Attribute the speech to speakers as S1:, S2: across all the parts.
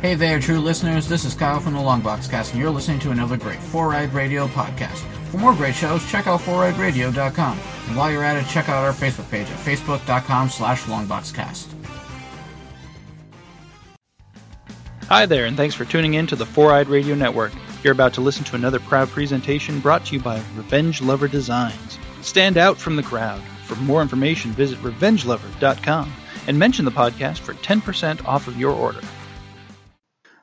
S1: Hey there, true listeners. This is Kyle from the Longbox Cast, and you're listening to another great Four Eyed Radio podcast. For more great shows, check out foureyedradio.com. And while you're at it, check out our Facebook page at facebook.com slash longboxcast.
S2: Hi there, and thanks for tuning in to the Four Eyed Radio Network. You're about to listen to another proud presentation brought to you by Revenge Lover Designs. Stand out from the crowd. For more information, visit revengelover.com and mention the podcast for 10% off of your order.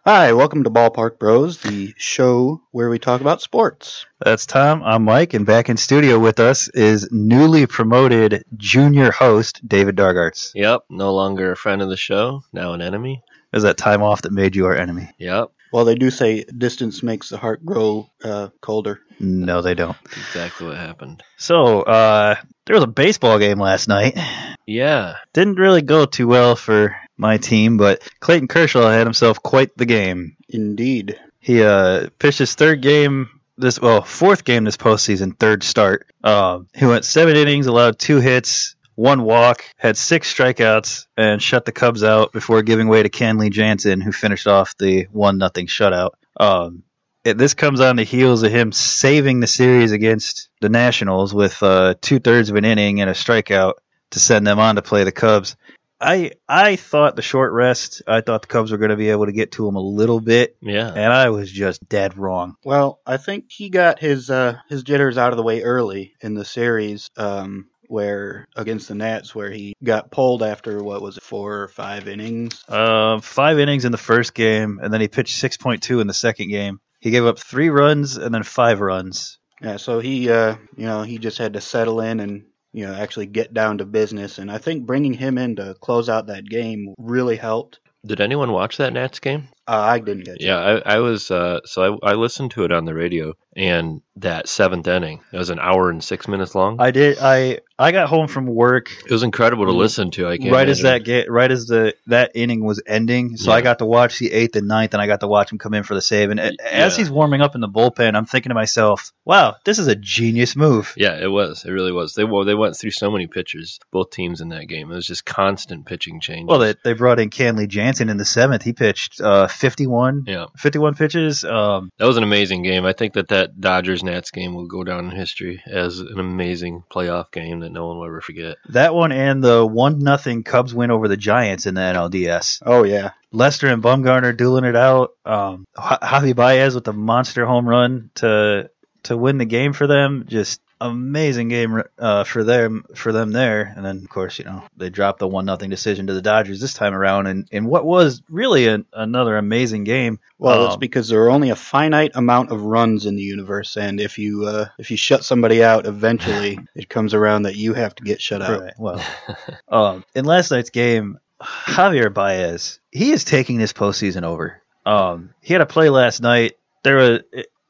S2: Hi, welcome to Ballpark Bros, the show where we talk about sports.
S3: That's Tom. I'm Mike, and back in studio with us is newly promoted junior host David Dargarts.
S4: Yep, no longer a friend of the show, now an enemy.
S3: It was that time off that made you our enemy.
S4: Yep,
S2: Well, they do say distance makes the heart grow uh, colder.
S3: No, they don't.
S4: exactly what happened.
S3: So uh, there was a baseball game last night.
S4: Yeah,
S3: Didn't really go too well for my team, but Clayton Kershaw had himself quite the game.
S2: Indeed.
S3: He uh, pitched his third game this well fourth game this postseason, third start. Um, he went seven innings, allowed two hits, one walk, had six strikeouts, and shut the Cubs out before giving way to Kenley Jansen, who finished off the one nothing shutout. Um, it, this comes on the heels of him saving the series against the Nationals with uh, two thirds of an inning and a strikeout to send them on to play the Cubs. I I thought the short rest. I thought the Cubs were going to be able to get to him a little bit
S4: yeah.
S3: and I was just dead wrong.
S2: Well, I think he got his uh, his jitters out of the way early in the series, um, where against the Nats, where he got pulled after what was it, four or five innings.
S3: Uh, five innings in the first game, and then he pitched 6.2 in the second game. He gave up three runs and then five runs.
S2: Yeah, so he uh, you know he just had to settle in and you know actually get down to business, and I think bringing him in to close out that game really helped.
S4: Did anyone watch that Nats game?
S2: Uh, I didn't get
S4: Yeah, I, I was. Uh, so I, I listened to it on the radio, and that seventh inning it was an hour and six minutes long.
S3: I did. I I got home from work
S4: it was incredible to listen to. I
S3: Mm-hmm. right
S4: can't
S3: as that
S4: imagine.
S3: ga- right as the that inning was ending, so I
S4: Yeah.
S3: got to watch the eighth and ninth, and I got to watch him come in for the save. And a- as
S4: yeah.
S3: he's warming up in the bullpen, I'm thinking to myself, "Wow, this is a genius move."
S4: Yeah, it was. It really was. They well, they went through so many pitchers, both teams in that game. It was just constant pitching changes.
S3: Well, they, they brought in Canley Jansen in the seventh. He pitched uh, 51,
S4: yeah,
S3: 51 pitches. Um,
S4: that was an amazing game. I think that that Dodgers Nats game will go down in history as an amazing playoff game that no one will ever forget.
S3: That one and the one nothing Cubs win over the Giants in the NLDS.
S2: Oh yeah,
S3: Lester and Bumgarner dueling it out. Um, Ja- Javi Baez with a monster home run to to win the game for them. Just amazing game uh, for them for them there. And then of course you know they dropped the one nothing decision to the Dodgers this time around. And in what was really an, another amazing game.
S2: Well, it's
S3: Um,
S2: because there are only a finite amount of runs in the universe, and if you uh, if you shut somebody out, eventually it comes around that you have to get shut out.
S3: Right, Well, um, in last night's game, Javier Baez, he is taking this postseason over. Um, he had a play last night. There was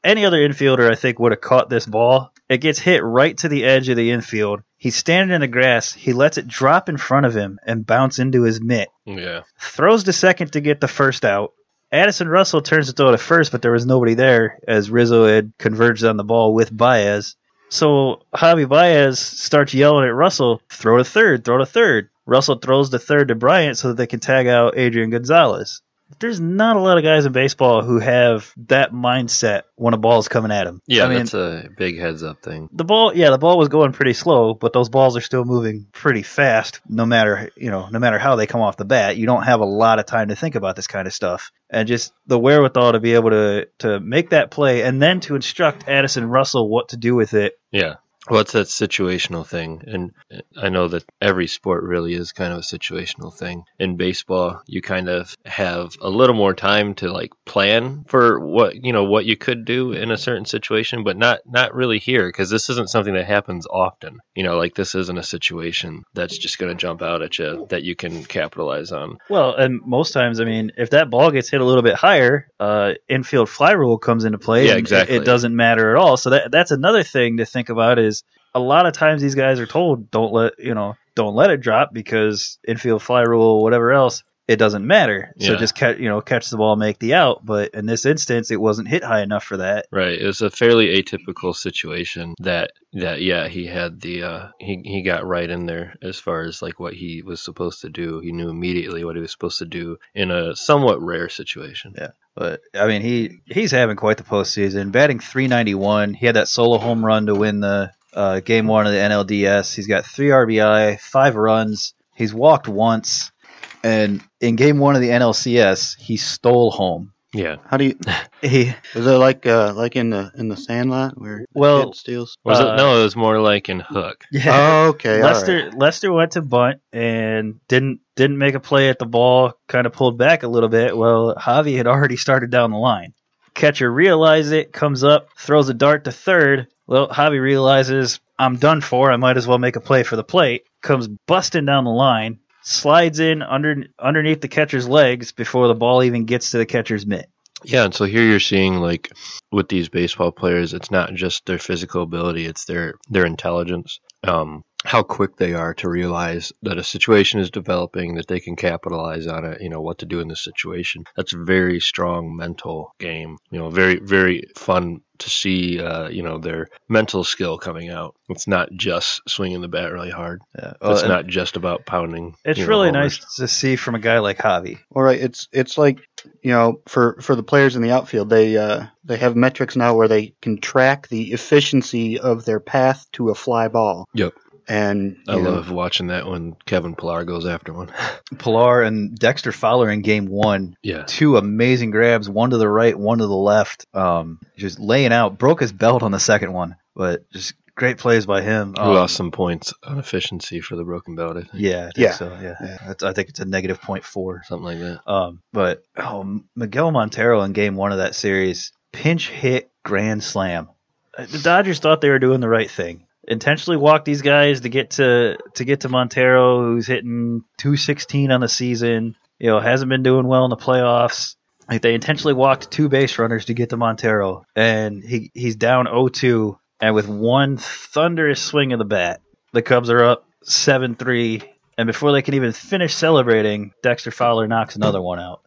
S3: any other infielder, I think, would have caught this ball. It gets hit right to the edge of the infield. He's standing in the grass. He lets it drop in front of him and bounce into his mitt.
S4: Yeah,
S3: Throws to second to get the first out. Addison Russell turns to throw to first, but there was nobody there as Rizzo had converged on the ball with Baez. So Javi Baez starts yelling at Russell, throw to third, throw to third. Russell throws to third to Bryant so that they can tag out Adrian Gonzalez. There's not a lot of guys in baseball who have that mindset when a ball's coming at them.
S4: yeah,
S3: I mean,
S4: that's a big heads up thing.
S3: the ball, yeah, the ball was going pretty slow, but those balls are still moving pretty fast. No matter you know, no matter how they come off the bat, you don't have a lot of time to think about this kind of stuff. And just the wherewithal to be able to to make that play and then to instruct Addison Russell what to do with it
S4: Yeah. Well, it's that situational thing. And I know that every sport really is kind of a situational thing. In baseball, you kind of have a little more time to like plan for what, you know, what you could do in a certain situation, but not, not really here because this isn't something that happens often. You know, like this isn't a situation that's just going to jump out at you that you can capitalize on.
S3: Well, and most times, I mean, if that ball gets hit a little bit higher, uh, infield fly rule comes into play.
S4: Yeah,
S3: and it-
S4: exactly.
S3: It, doesn't matter at all. So that that's another thing to think about is a lot of times these guys are told don't let you know don't let it drop because infield fly rule whatever else. it doesn't matter. So
S4: Yeah.
S3: just catch, you know, catch the ball, make the out. But in this instance, it wasn't hit high enough for that.
S4: Right. It was a fairly atypical situation that that yeah, he had the uh he, he got right in there as far as like what he was supposed to do. He knew immediately what he was supposed to do in a somewhat rare situation.
S3: Yeah. But I mean, he he's having quite the postseason. Batting 391, he had that solo home run to win the uh, game one of the NLDS. He's got three RBI, five runs. He's walked once, and in game one of the NLCS, he stole home.
S4: Yeah.
S2: How do you?
S3: He
S2: Is it like uh like in the in the Sandlot where the
S3: Well,
S2: kid steals?
S4: Was
S3: Uh,
S4: it no, it was more like in Hook.
S3: yeah.
S2: Oh, okay. all
S3: Lester Lester went to bunt and didn't didn't make a play at the ball. Kind of pulled back a little bit. Well, Javi had already started down the line. Catcher realizes it, comes up, throws a dart to third. Well, Javi realizes I'm done for. I might as well make a play for the plate. Comes busting down the line, slides in under underneath the catcher's legs before the ball even gets to the catcher's mitt.
S4: Yeah, and so here you're seeing like with these baseball players, it's not just their physical ability, it's their their intelligence. Um how quick they are to realize that a situation is developing, that they can capitalize on it, you know, what to do in this situation. That's a very strong mental game, you know, very, very fun to see, uh, you know, their mental skill coming out. It's not just swinging the bat really hard,
S3: Yeah,
S4: it's not just about pounding.
S3: Uh, It's
S4: you know,
S3: really
S4: homers.
S3: nice to see from a guy like Javi.
S2: All right, it's it's like you know for for the players in the outfield, they uh, they have metrics now where they can track the efficiency of their path to a fly ball.
S4: Yep.
S2: And
S4: I
S2: you know,
S4: love watching that when Kevin Pillar goes after one.
S3: Pilar and Dexter Fowler in game one
S4: yeah.
S3: two amazing grabs, one to the right, one to the left. Um, just laying out, broke his belt on the second one, but just great plays by him.
S4: We
S3: Um,
S4: lost some points on efficiency for the broken belt, I think.
S3: Yeah, I think
S2: Yeah.
S3: so. Yeah, That's, I think it's a negative point four.
S4: Something like that.
S3: Um, but oh, Miguel Montero in game one of that series, pinch hit grand slam. Uh, The Dodgers thought they were doing the right thing. Intentionally walked these guys to get to to get to Montero, who's hitting 216 on the season. You know, hasn't been doing well in the playoffs. Like they intentionally walked two base runners to get to Montero, and he he's down 0-2, and with one thunderous swing of the bat, the Cubs are up 7-3, and before they can even finish celebrating, Dexter Fowler knocks another one out.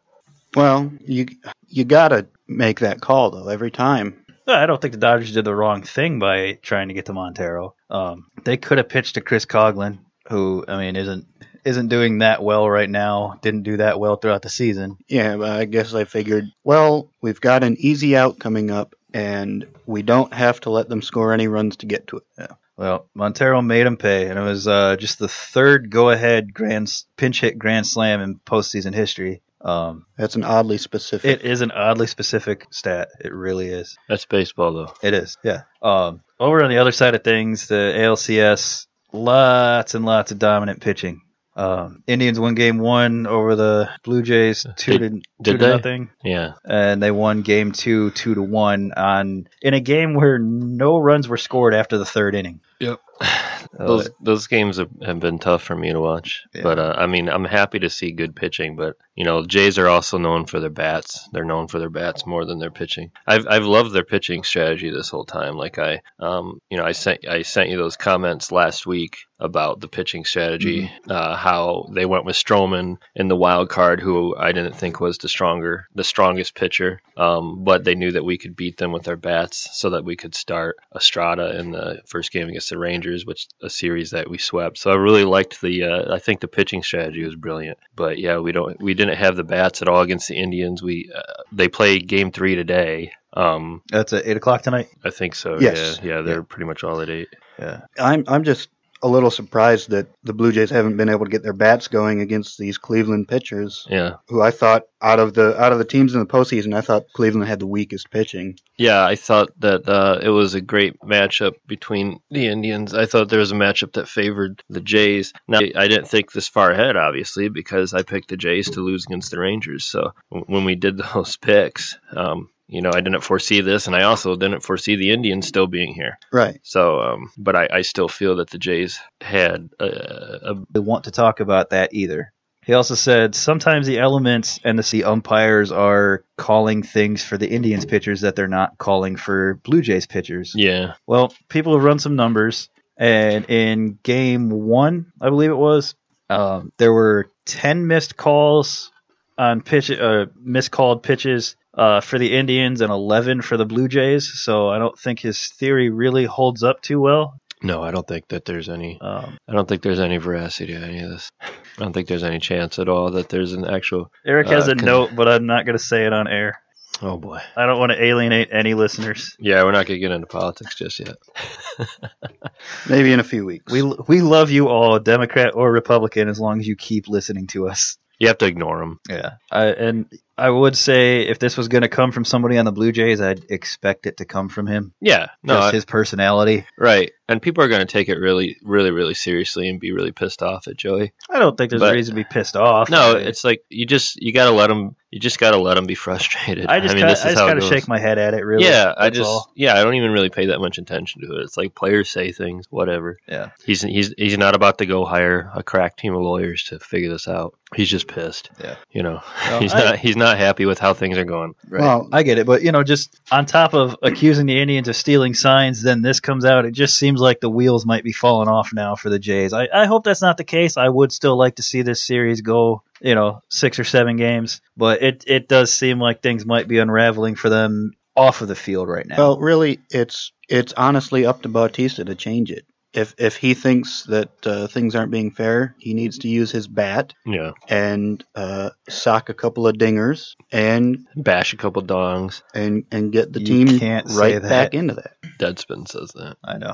S2: well, you you gotta make that call though every time.
S3: Well, I don't think the Dodgers did the wrong thing by trying to get to Montero. Um, they could have pitched to Chris Coughlin, who I mean isn't isn't doing that well right now. Didn't do that well throughout the season.
S2: Yeah, but I guess I figured. Well, we've got an easy out coming up, and we don't have to let them score any runs to get to it.
S3: Well, Montero made him pay, and it was uh, just the third go-ahead grand pinch hit grand slam in postseason history. Um,
S2: That's an oddly specific.
S3: it is an oddly specific stat. It really is.
S4: That's baseball, though.
S3: It is, yeah. Um, over on the other side of things, the ALCS, lots and lots of dominant pitching. Um, Indians won game one over the Blue Jays, two to,
S4: Did-
S3: two to
S4: did they?
S3: nothing,
S4: Yeah.
S3: and they won game two, two to one on in a game where no runs were scored after the third inning.
S4: Yep. Those those games have, have been tough for me to watch,
S3: Yeah.
S4: but uh, I mean I'm happy to see good pitching. But you know, Jays are also known for their bats. They're known for their bats more than their pitching. I've I've loved their pitching strategy this whole time. Like I um you know I sent I sent you those comments last week about the pitching strategy, uh, how they went with Stroman in the wild card, who I didn't think was the stronger, the strongest pitcher. Um, but they knew that we could beat them with our bats, so that we could start Estrada in the first game against the Rangers, which a series that we swept. So I really liked the. Uh, I think the pitching strategy was brilliant. But yeah, we don't, we didn't have the bats at all against the Indians. We uh, they play game three today. Um,
S3: That's at eight o'clock tonight.
S4: I think so.
S2: Yes.
S4: Yeah, yeah, they're pretty much all at eight.
S3: Yeah,
S2: I'm I'm just a little surprised that the Blue Jays haven't been able to get their bats going against these Cleveland pitchers,
S4: Yeah.
S2: who I thought out of the out of the teams in the postseason, I thought Cleveland had the weakest pitching.
S4: Yeah, I thought that uh, it was a great matchup between the Indians. I thought there was a matchup that favored the Jays. Now, I didn't think this far ahead, obviously, because I picked the Jays to lose against the Rangers. So w- when we did those picks, um, you know, I didn't foresee this, and I also didn't foresee the Indians still being here.
S2: Right.
S4: So, um, but I, I still feel that the Jays had uh, a, a
S3: they want to talk about that either. He also said sometimes the elements and the sea umpires are calling things for the Indians pitchers that they're not calling for Blue Jays pitchers.
S4: yeah,
S3: Well, people have run some numbers, and in game one, I believe it was, um, there were ten missed calls on pitch, uh, miscalled pitches uh, for the Indians and eleven for the Blue Jays. So I don't think his theory really holds up too well.
S4: No, I don't think that there's any.
S3: Um,
S4: I don't think there's any veracity to any of this. I don't think there's any chance at all that there's an actual.
S3: Eric has
S4: Uh,
S3: a
S4: can-
S3: note, but I'm not going to say it on air.
S4: Oh boy.
S3: I don't want to alienate any listeners.
S4: Yeah, we're not gonna get into politics just yet.
S2: Maybe in a few weeks.
S3: We we love you all, Democrat or Republican, as long as you keep listening to us.
S4: You have to ignore them.
S3: Yeah, I, and I would say if this was going to come from somebody on the Blue Jays, I'd expect it to come from him.
S4: Yeah, no,
S3: Just
S4: I-
S3: his personality.
S4: right. And people are gonna take it really, really, really seriously and be really pissed off at Joey.
S3: I don't think there's
S4: But-
S3: a reason to be pissed off.
S4: No,
S3: I-
S4: it's like you just you gotta let them. You just gotta let them be frustrated.
S3: I just
S4: mean,
S3: kinda,
S4: this is
S3: I just
S4: how it
S3: gotta
S4: goes.
S3: shake my head at it. Really,
S4: yeah, I
S3: That's
S4: just
S3: all.
S4: yeah, I don't even really pay that much attention to it. It's like players say things, whatever.
S3: yeah.
S4: He's he's he's not about to go hire a crack team of lawyers to figure this out. He's just pissed.
S3: Yeah.
S4: you know,
S3: No,
S4: he's
S3: I-
S4: not he's not happy with how things are going.
S3: Right.
S2: Well-
S3: I get it, but you know, just on top of accusing the Indians of stealing signs, then this comes out. It just seems like the wheels might be falling off now for the Jays. I, I hope that's not the case. I would still like to see this series go, you know, six or seven games, but it it does seem like things might be unraveling for them off of the field right now.
S2: Well, really, it's it's honestly up to Bautista to change it. If if he thinks that uh, things aren't being fair, he needs to use his bat
S4: Yeah,
S2: and uh, sock a couple of dingers and
S4: bash a couple dongs.
S2: and and get the
S3: You
S2: team
S3: can't say
S2: right
S3: that.
S2: back into that.
S4: Deadspin says that.
S3: I know.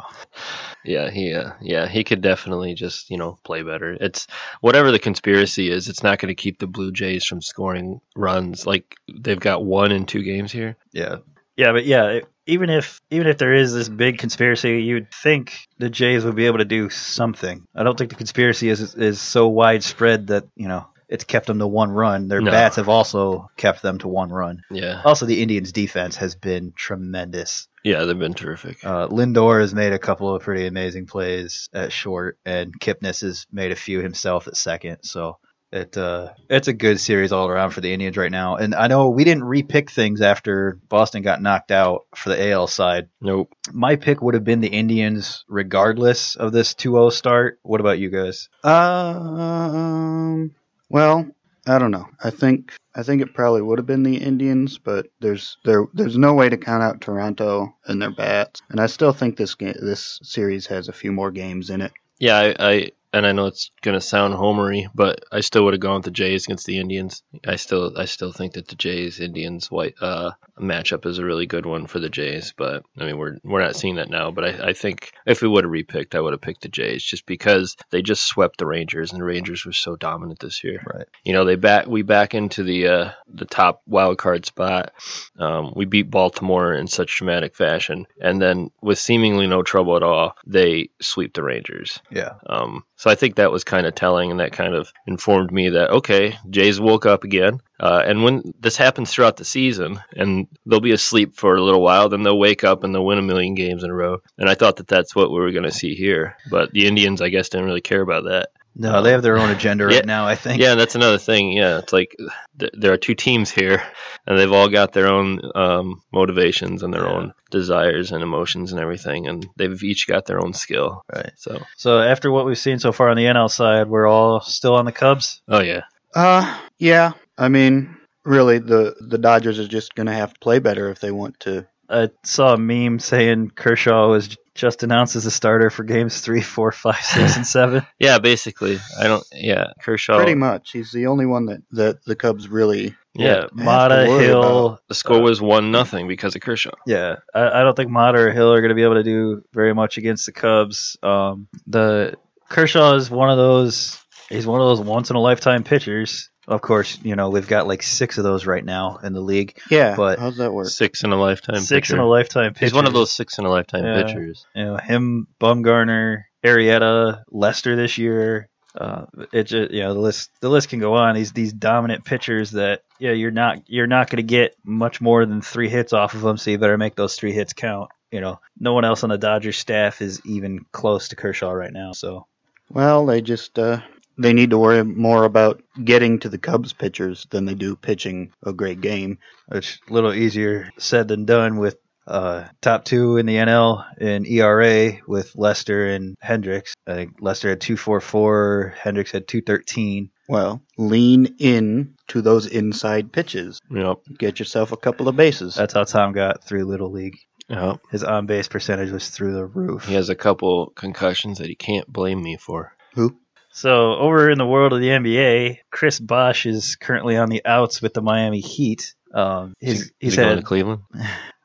S4: Yeah, he uh, yeah he could definitely just you know play better. It's whatever the conspiracy is. It's not going to keep the Blue Jays from scoring runs. Like they've got one in two games here.
S3: Yeah. Yeah, but yeah, it, even if even if there is this big conspiracy, you'd think the Jays would be able to do something. I don't think the conspiracy is is so widespread that you know it's kept them to one run. Their
S4: No.
S3: bats have also kept them to one run.
S4: Yeah,
S3: Also, the Indians' defense has been tremendous.
S4: yeah, they've been terrific.
S3: Uh, Lindor has made a couple of pretty amazing plays at short, and Kipnis has made a few himself at second. So it uh, it's a good series all around for the Indians right now. And I know we didn't repick things after Boston got knocked out for the AL side.
S4: Nope.
S3: My pick would have been the Indians, regardless of this 2-0 start. What about you guys?
S2: Um. Well, I don't know. I think I think it probably would have been the Indians, but there's there there's no way to count out Toronto and their bats. And I still think this game, this series has a few more games in it.
S4: Yeah, I, I and I know it's gonna sound homery, but I still would have gone with the Jays against the Indians. I still I still think that the Jays Indians white uh matchup is a really good one for the Jays, but I mean we're we're not seeing that now. But I, I think if we would have repicked, I would have picked the Jays just because they just swept the Rangers and the Rangers were so dominant this year.
S3: Right.
S4: You know, they back we back into the uh, the top wild card spot. Um, we beat Baltimore in such dramatic fashion, and then with seemingly no trouble at all, they sweep the Rangers.
S3: Yeah.
S4: Um, so I think that was kind of telling, and that kind of informed me that okay, Jays woke up again. Uh, and when this happens throughout the season, and they'll be asleep for a little while, then they'll wake up and they'll win a million games in a row. And I thought that that's what we were going to see here, but the Indians, I guess, didn't really care about that.
S3: No, Uh, they have their own agenda
S4: Yeah.
S3: right now, I think.
S4: Yeah, and that's another thing. Yeah, it's like th- there are two teams here, and they've all got their own um, motivations and their
S3: Yeah.
S4: own desires and emotions and everything, and they've each got their own skill.
S3: Right.
S4: So,
S3: So after what we've seen so far on the NL side, we're all still on the Cubs.
S4: oh yeah,
S2: Uh, yeah. I mean, really, the the Dodgers are just gonna have to play better if they want to.
S3: I saw a meme saying Kershaw was just announced as a starter for games three, four, five, six, and seven.
S4: yeah. Basically, I don't. Yeah, Kershaw.
S3: Oh.
S2: Pretty much, he's the only one that that the Cubs really.
S4: Yeah,
S3: Mata,
S2: worry
S3: Hill.
S4: the score was one nothing because of Kershaw.
S3: Yeah, I, I don't think Mata or Hill are going to be able to do very much against the Cubs. Um, the Kershaw is one of those. He's one of those once in a lifetime pitchers. Of course, you know we've got like six of those right now in the league.
S2: Yeah,
S3: But-
S2: how's that work?
S4: Six in a lifetime.
S3: six
S4: pitcher.
S3: in a lifetime pitchers.
S4: He's one of those six in a lifetime
S3: Yeah.
S4: pitchers.
S3: you know him, Bumgarner, Arietta, Lester this year. Uh, it just you know the list the list can go on. These these dominant pitchers that yeah you're not you're not going to get much more than three hits off of them. So you better make those three hits count. You know, no one else on the Dodgers staff is even close to Kershaw right now. So
S2: Well, they just uh, they need to worry more about getting to the Cubs pitchers than they do pitching a great game.
S3: it's a little easier said than done with uh, top two in the NL in E ERA with Lester and Hendricks. I think Lester had two four four, Hendricks had two thirteen.
S2: Well, lean in to those inside pitches.
S4: Yep.
S2: Get yourself a couple of bases.
S3: That's how Tom got through Little League.
S4: Yep.
S3: His on base percentage was through the roof.
S4: He has a couple concussions that he can't blame me for.
S2: Who?
S3: So over in the world of the NBA, Chris Bosch is currently on the outs with the Miami Heat. Um,
S4: Is
S3: he's
S4: he-
S3: he's
S4: is he going
S3: had
S4: to Cleveland?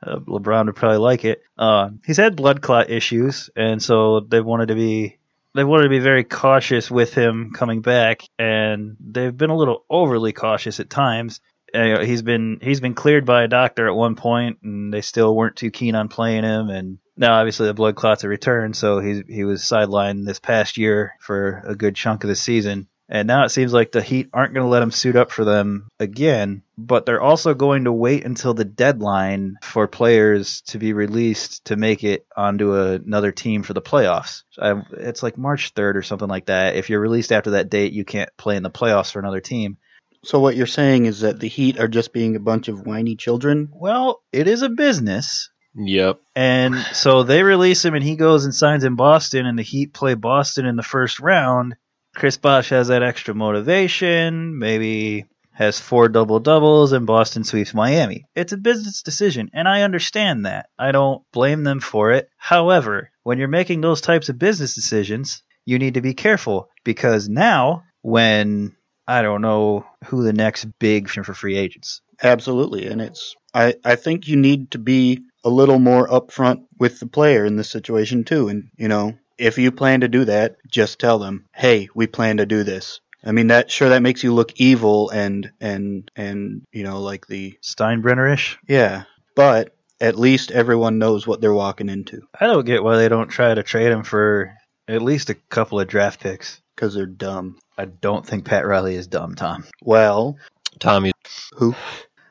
S3: uh, LeBron would probably like it. Uh, he's had blood clot issues, and so they wanted to be they wanted to be very cautious with him coming back, and they've been a little overly cautious at times. Uh, he's been he's been cleared by a doctor at one point, and they still weren't too keen on playing him. And now, obviously, the blood clots have returned, so he he was sidelined this past year for a good chunk of the season. And now it seems like the Heat aren't going to let him suit up for them again, but they're also going to wait until the deadline for players to be released to make it onto another team for the playoffs. So I, it's like March 3rd or something like that. If you're released after that date, you can't play in the playoffs for another team.
S2: So what you're saying is that the Heat are just being a bunch of whiny children?
S3: Well, it is a business,
S4: Yep.
S3: And so they release him, and he goes and signs in Boston, and the Heat play Boston in the first round. Chris Bosh has that extra motivation, maybe has four double doubles, and Boston sweeps Miami. It's a business decision, and I understand that. I don't blame them for it. However, when you're making those types of business decisions, you need to be careful because now, when I don't know who the next big for free agents,
S2: Absolutely. And it's I, I think you need to be a little more upfront with the player in this situation too. And you know, if you plan to do that, just tell them, Hey, we plan to do this. I mean that sure that makes you look evil and and and you know, like the
S3: Steinbrenner ish.
S2: Yeah. But at least everyone knows what they're walking into.
S3: I don't get why they don't try to trade him for at least a couple of draft picks.
S2: Because they're dumb.
S3: I don't think Pat Riley is dumb, Tom.
S2: Well,
S4: Tommy,
S2: who?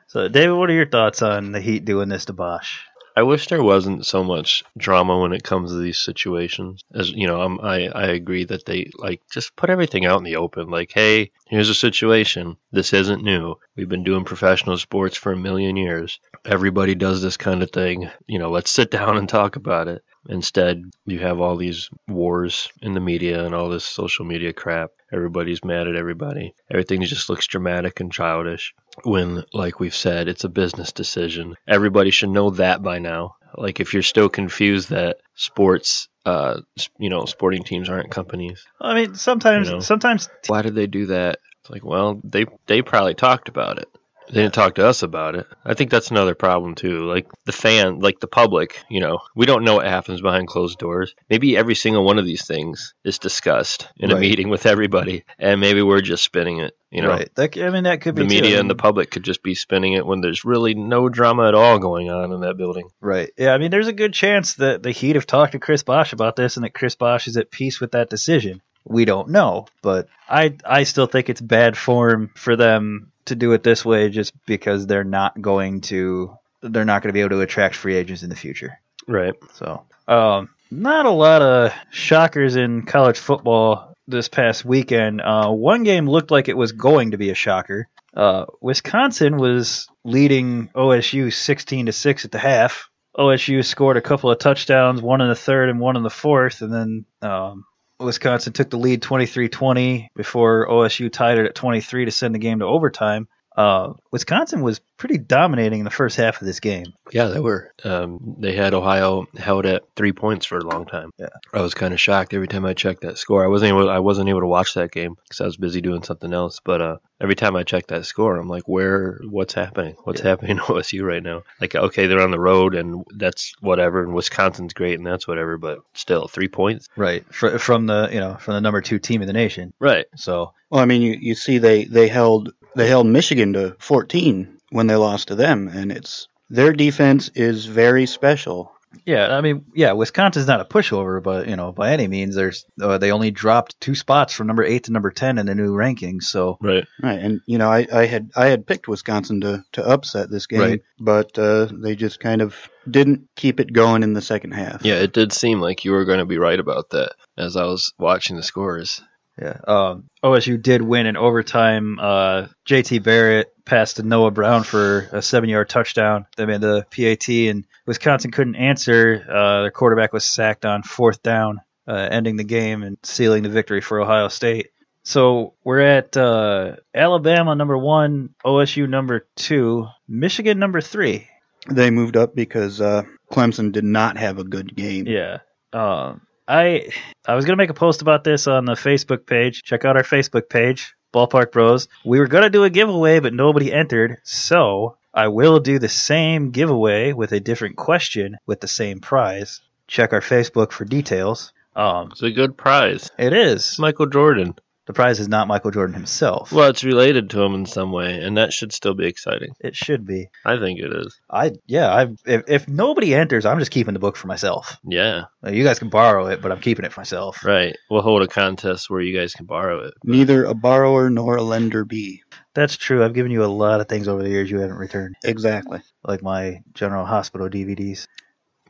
S3: So, David, what are your thoughts on the Heat doing this to Bosch?
S4: I wish there wasn't so much drama when it comes to these situations. As you know, I'm, I I agree that they like just put everything out in the open. Like, hey, here's a situation. This isn't new. We've been doing professional sports for a million years. Everybody does this kind of thing. You know, let's sit down and talk about it. Instead, you have all these wars in the media and all this social media crap. Everybody's mad at everybody. Everything just looks dramatic and childish when, like we've said, it's a business decision. Everybody should know that by now. Like, if you're still confused that sports, uh, s- you know, sporting teams aren't companies,
S3: I mean, sometimes,
S4: You know.
S3: sometimes,
S4: why did they do that? It's like, well, they they probably talked about it. They didn't talk to us about it. I think that's another problem too. Like the fan, like the public, you know, we don't know what happens behind closed doors. Maybe every single one of these things is discussed in a
S2: Right.
S4: meeting with everybody, and maybe we're just spinning it. You know,
S3: right? That, I mean, that could
S4: the
S3: be
S4: media
S3: too.
S4: and the public could just be spinning it when there's really no drama at all going on in that building.
S3: Right. Yeah, I mean, there's a good chance that the Heat have talked to Chris Bosch about this and that Chris Bosch is at peace with that decision. We don't know, but I I still think it's bad form for them to do it this way just because they're not going to they're not going to be able to attract free agents in the future.
S4: Right.
S3: So, um, not a lot of shockers in college football this past weekend. Uh, one game looked like it was going to be a shocker. Uh, Wisconsin was leading OSU 16 to six at the half. OSU scored a couple of touchdowns, one in the third and one in the fourth, and then um, Wisconsin took the lead 23-20 before OSU tied it at 23 to send the game to overtime. Uh, Wisconsin was pretty dominating in the first half of this game.
S4: Yeah, they were. Um, they had Ohio held at three points for a long time.
S3: Yeah.
S4: I was kind of shocked every time I checked that score. I wasn't able. I wasn't able to watch that game because I was busy doing something else. But uh, every time I checked that score, I'm like, where? What's happening? What's happening to OSU right now? Like, okay, they're on the road, and that's whatever. And Wisconsin's great, and that's whatever. But still, three points.
S3: Right. Fr- from the you know from the number two team in the nation.
S4: Right.
S3: So
S2: Well, I mean, you, you see, they, they held they held Michigan to 14 when they lost to them, and it's their defense is very special.
S3: yeah, I mean yeah, Wisconsin's not a pushover, but you know by any means there's uh, they only dropped two spots from number eight to number ten in the new rankings. So
S4: Right.
S2: Right, and you know, I, I had I had picked Wisconsin to, to upset this game,
S4: Right.
S2: but uh, they just kind of didn't keep it going in the second half.
S4: Yeah, it did seem like you were going to be right about that as I was watching the scores.
S3: yeah, um, OSU did win in overtime. Uh, JT Barrett passed to Noah Brown for a seven-yard touchdown. They made the PAT, and Wisconsin couldn't answer. Uh, their quarterback was sacked on fourth down, uh, ending the game and sealing the victory for Ohio State. So we're at uh, Alabama number one, OSU number two, Michigan number three.
S2: They moved up because uh, Clemson did not have a good game.
S3: Yeah. Um, I I was gonna make a post about this on the Facebook page. Check out our Facebook page, Ballpark Bros. We were gonna do a giveaway, but nobody entered, so I will do the same giveaway with a different question with the same prize. Check our Facebook for details. Um,
S4: It's a good prize.
S3: it
S4: It's
S3: is
S4: Michael Jordan.
S3: the prize is not Michael Jordan himself.
S4: Well, it's related to him in some way, and that should still be exciting.
S3: it should be.
S4: I think it is.
S3: I yeah. I if, if nobody enters, I'm just keeping the book for myself.
S4: Yeah,
S3: Like, You guys can borrow it, but I'm keeping it for myself.
S4: right. We'll hold a contest where you guys can borrow it.
S2: Neither a borrower nor a lender be.
S3: That's true. I've given you a lot of things over the years you haven't returned,
S2: Exactly.
S3: like my General Hospital DVDs.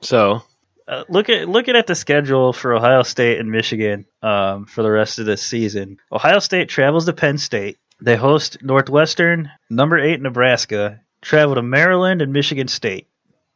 S4: So,
S3: Uh, look at looking at the schedule for Ohio State and Michigan um, for the rest of this season. Ohio State travels to Penn State. They host Northwestern, number eight Nebraska, travel to Maryland and Michigan State.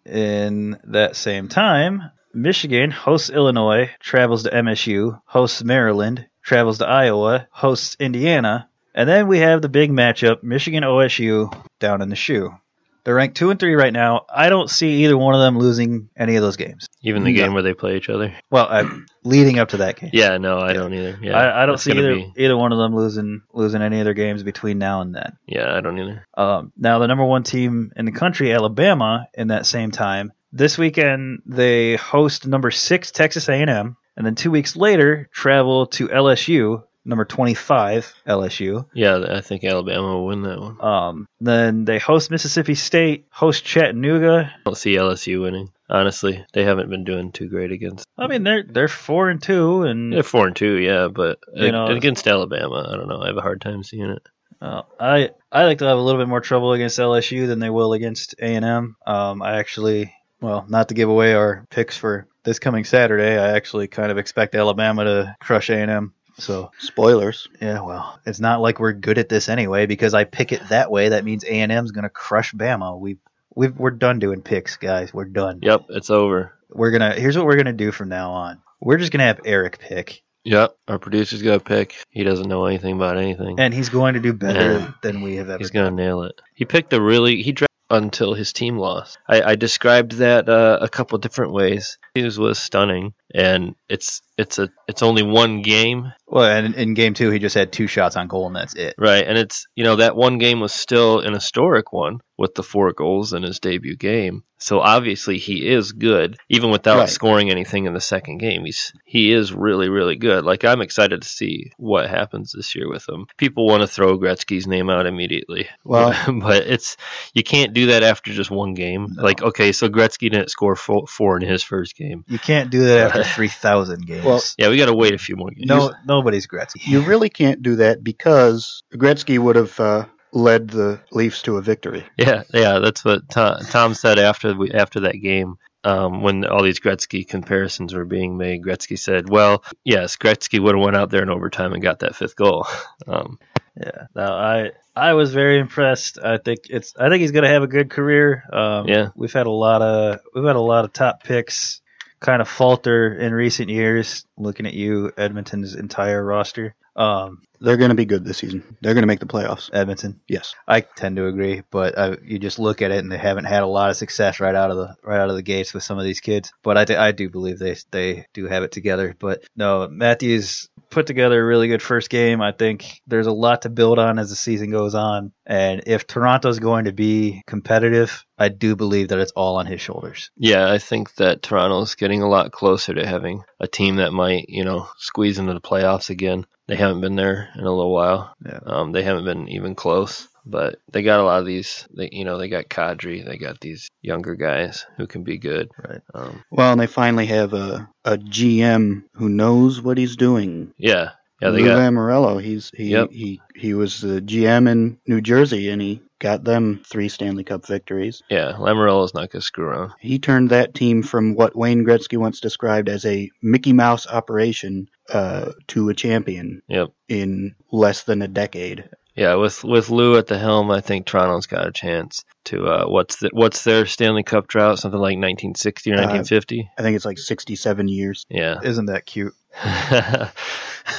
S3: In that same time, Michigan hosts Illinois, travels to MSU, hosts Maryland, travels to Iowa, hosts Indiana, and then we have the big matchup Michigan OSU down in the shoe. They're ranked two and three right now. I don't see either one of them losing any of those games.
S4: even the
S2: Yeah.
S4: game where they play each other.
S3: Well, i leading up to that game.
S4: Yeah, no, I don't either. Yeah,
S3: I, I don't
S4: it's
S3: see
S4: gonna
S3: either
S4: be-
S3: either one of them losing losing any of their games between now and then.
S4: yeah, I don't either.
S3: Um, now, the number one team in the country, Alabama, in that same time this weekend they host number six Texas A&M, and then two weeks later travel to LSU, number twenty five LSU.
S4: Yeah, I think Alabama will win that one. I
S3: Um, then they host Mississippi State, host Chattanooga.
S4: don't see LSU winning. Honestly, they haven't been doing too great against.
S3: I mean, they're they're four and two, and
S4: They're four and two, yeah, but
S3: You know-
S4: against Alabama, I don't know. I have a hard time seeing it.
S3: Uh, I I like to have a little bit more trouble against LSU than they will against A and M. Um, I actually, well, not to give away our picks for this coming Saturday, I actually kind of expect Alabama to crush A and M. So
S2: Spoilers.
S3: yeah, well, it's not like we're good at this anyway because I pick it that way. That means A and M's gonna crush Bama. We we we're done doing picks, guys. We're done.
S4: Yep, it's over.
S3: We're gonna here's what we're gonna do from now on. We're just gonna have Eric pick,
S4: Yep, our producer's got a pick. He doesn't know anything about anything.
S3: and he's going to do better
S4: Yeah.
S3: than we have ever.
S4: He's gonna nail it. He picked a really he dra until his team lost. I, I described that uh, a couple different ways. His was stunning, and it's it's a it's only one game,
S3: Well, and in game two, he just had two shots on goal, and that's it.
S4: right? And it's you know that one game was still an historic one with the four goals in his debut game. So obviously he is good, even without
S3: Right.
S4: scoring anything in the second game. He's he is really really good. Like I'm excited to see what happens this year with him. People want to throw Gretzky's name out immediately.
S2: Well,
S4: but it's you can't do that after just one game. Like, okay, so Gretzky didn't score four, four in his first game.
S3: You can't do that after 3,000 games.
S2: Well,
S4: Yeah, we got to wait a few more games.
S3: no, nobody's Gretzky.
S2: you really can't do that because Gretzky would have uh, led the Leafs to a victory.
S4: Yeah, yeah, that's what Tom, Tom said after we, after that game. Um, when all these Gretzky comparisons were being made, Gretzky said, "Well, yes, Gretzky would have went out there in overtime and got that fifth goal." Um,
S3: yeah. No, I I was very impressed. I think it's I think he's going to have a good career. Um,
S4: Yeah.
S3: We've had a lot of we've had a lot of top picks kind of falter in recent years looking at you Edmonton's entire roster. Um,
S2: They're going to be good this season. They're going to make the playoffs.
S3: Edmonton.
S2: Yes.
S3: I tend to agree, but I, you just look at it and they haven't had a lot of success right out of the right out of the gates with some of these kids. But I, do- I do believe they they do have it together. But no, Matthews put together a really good first game. I think there's a lot to build on as the season goes on, and if Toronto's going to be competitive, I do believe that it's all on his shoulders.
S4: yeah, I think that Toronto's getting a lot closer to having a team that might, you know, squeeze into the playoffs again. They haven't been there in a little while.
S3: Yeah.
S4: Um, they haven't been even close, but they got a lot of these. They, you know, they got Kadri, they got these younger guys who can be good.
S3: Right.
S4: Um,
S2: Well, and they finally have a, a GM who knows what he's doing.
S4: yeah, yeah, they
S2: Lou
S4: got
S2: Lamoriello, he's he,
S4: Yep.
S2: he he was the GM in New Jersey and he got them three Stanley Cup victories.
S4: yeah. Lamarello's not gonna screw around.
S2: He turned that team from what Wayne Gretzky once described as a Mickey Mouse operation uh, to a champion
S4: Yep.
S2: in less than a decade.
S4: Yeah, with with Lou at the helm, I think Toronto's got a chance to uh, what's the, what's their Stanley Cup drought? Something like 1960 or
S2: Uh,
S4: 1950.
S2: I think it's like 67 years.
S4: yeah,
S3: Isn't that cute?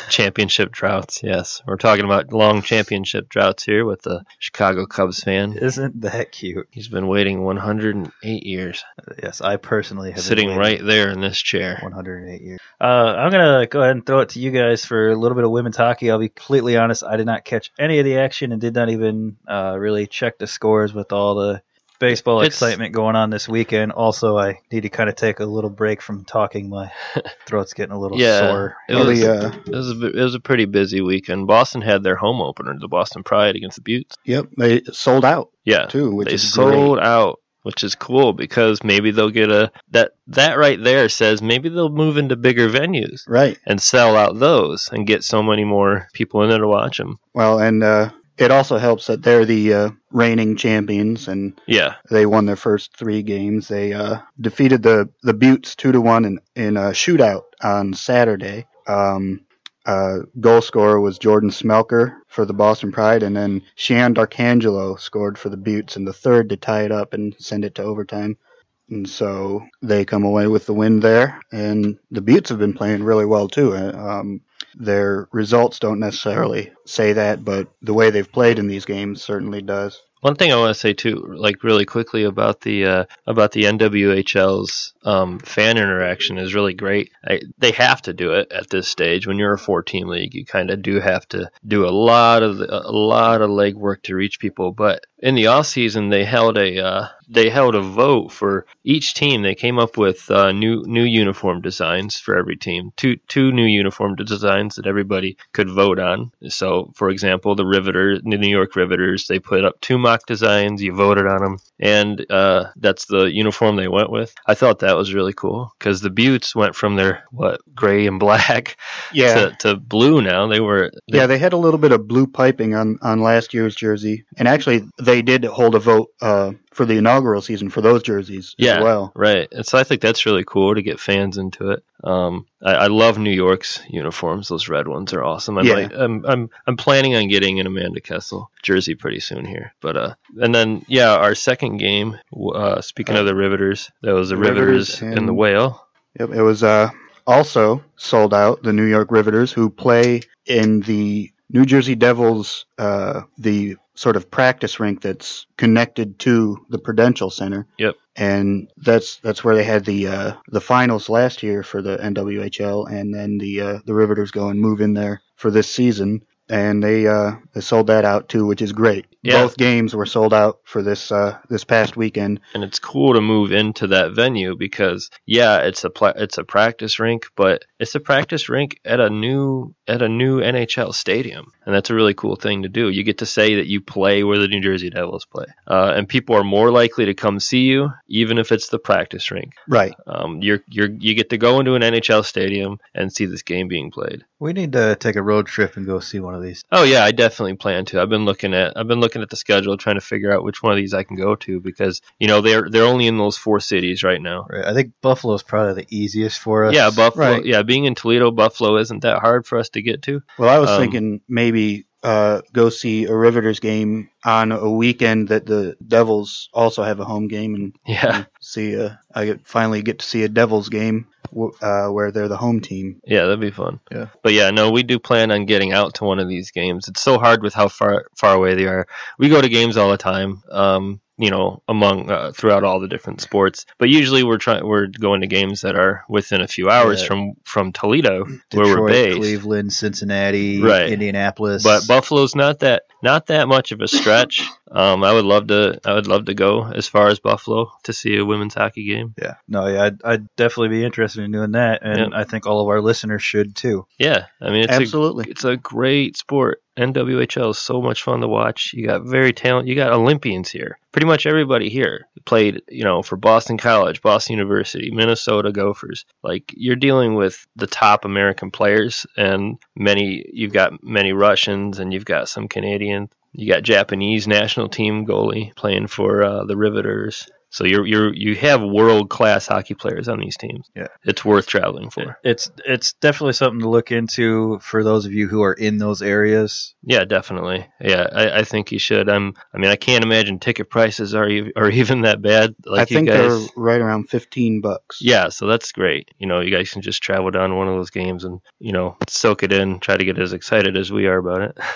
S4: championship droughts. Yes, we're talking about long championship droughts here with the Chicago Cubs fan.
S5: Isn't that cute?
S4: He's been waiting 108 years,
S5: Yes, I personally have been
S4: sitting
S5: waiting
S4: right there in this chair.
S5: 108 years. Uh, I'm gonna go ahead and throw it to you guys for a little bit of women's hockey. I'll be completely honest; I did not catch any of the action and did not even uh, really check the scores with all the baseball
S4: It's-
S5: excitement going on this weekend. Also, I need to kind of take a little break from talking. My throat's getting a little
S4: Yeah,
S5: sore.
S4: it
S2: Well,
S4: was,
S2: the, uh,
S4: it was a bi- it was a pretty busy weekend. Boston had their home opener, the Boston Pride against the Buttes.
S2: Yep, they sold out
S4: Yeah,
S2: too, which
S4: they
S2: is
S4: sold out, which is cool because maybe they'll get a that that right there says maybe they'll move into bigger venues
S2: great. Right.
S4: and sell out those and get so many more people in there to watch them.
S2: Well, and uh, it also helps that they're the uh, reigning champions and
S4: Yeah,
S2: they won their first three games. They uh, defeated the the Buttes two to one in in a shootout on Saturday. Um, uh, goal scorer was Jordan Smelker for the Boston Pride, and then Shan Darcangelo scored for the Buttes in the third to tie it up and send it to overtime. And so they come away with the win there. And the Buttes have been playing really well too. Uh, Um, their results don't necessarily say that, but the way they've played in these games certainly does.
S4: One thing I want to say too, like really quickly about the uh, about the NWHL's um, fan interaction is really great. I, they have to do it at this stage. When you're a four team league, you kind of do have to do a lot of the, a lot of legwork to reach people. But in the off season, they held a uh, they held a vote for each team. They came up with uh, new new uniform designs for every team. Two two new uniform designs that everybody could vote on. So, for example, the Riveter, the New York Riveters, they put up two mock designs. You voted on them, and uh, that's the uniform they went with. I thought that was really cool because the Buttes went from their what gray and black to, to blue. Now they were
S2: Yeah, they had a little bit of blue piping on, on last year's jersey, and actually they did hold a vote uh, for the inaugural season for those jerseys
S4: Yeah.
S2: as well.
S4: Right. And so I think that's really cool to get fans into it. Um, I, I love New York's uniforms. Those red ones are awesome. I'm,
S2: Yeah.
S4: like, I'm, I'm, I'm planning on getting an Amanda Kessel jersey pretty soon here. But, uh, and then, yeah, our second game, w- uh, speaking of the Riveters, that was the
S2: Riveters
S4: Riveters, and the
S2: and-
S4: Whale.
S2: Yep, it was uh, also sold out. The New York Riveters, who play in the New Jersey Devils, uh, the sort of practice rink that's connected to the Prudential Center.
S4: Yep.
S2: And that's that's where they had the uh, the finals last year for the NWHL, and then the uh, the Riveters go and move in there for this season, and they uh, they sold that out too, which is great.
S4: Yeah.
S2: Both games were sold out for this uh, this past weekend.
S4: and it's cool to move into that venue because yeah, it's a pla it's a practice rink, but it's a practice rink at a new at a new NHL stadium, and that's a really cool thing to do. You get to say that you play where the New Jersey Devils play, uh, and people are more likely to come see you even if it's the practice rink.
S2: Right.
S4: Um, you're you're you get to go into an NHL stadium and see this game being played.
S5: We need to take a road trip and go see one of these.
S4: Oh yeah, I definitely plan to. I've been looking at I've been looking at the schedule, trying to figure out which one of these I can go to because you know they're they're only in those four cities right now.
S5: Right. I think Buffalo's probably the easiest for us.
S4: Yeah, Buffalo.
S2: Right.
S4: Yeah, being in Toledo, Buffalo isn't that hard for us to get to.
S2: Well, I was
S4: Um,
S2: thinking maybe uh, go see a Riveters game on a weekend that the Devils also have a home game and
S4: Yeah,
S2: see. uh, I get- finally get to see a Devils game w- uh, where they're the home team.
S4: yeah, that'd be fun.
S5: Mm-hmm. Yeah.
S4: but yeah, no, we do plan on getting out to one of these games. It's so hard with how far far away they are. We go to games all the time. Um, you know, among uh, throughout all the different sports, but usually we're trying we're going to games that are within a few hours
S5: Yeah.
S4: from from Toledo, where we're
S5: Detroit,
S4: based.
S5: Cleveland, Cincinnati,
S4: Right.
S5: Indianapolis.
S4: But Buffalo's not that not that much of a stretch. um, I would love to I would love to go as far as Buffalo to see a women's hockey game.
S5: yeah, no, yeah, I'd, I'd definitely be interested in doing that, and I think all of our listeners should too.
S4: Yeah, I mean it's a
S2: Absolutely.
S4: It's a great sport. NWHL is so much fun to watch. You got very talent. You got Olympians here. Pretty much everybody here played, you know, for Boston College, Boston University, Minnesota Gophers. Like you're dealing with the top American players, and many you've got many Russians, and you've got some Canadians. You got Japanese national team goalie playing for uh, the Riveters. So you're you're you have world class hockey players on these teams.
S3: Yeah.
S4: it's worth traveling for.
S3: It's it's definitely something to look into for those of you who are in those areas.
S4: Yeah, definitely. Yeah, I, I think you should. I'm. I mean, I can't imagine ticket prices are ev- are even that bad. Like
S2: I think
S4: you guys.
S2: they're right around fifteen bucks.
S4: Yeah, so that's great. You know, you guys can just travel down to one of those games and you know soak it in. Try to get as excited as we are about it.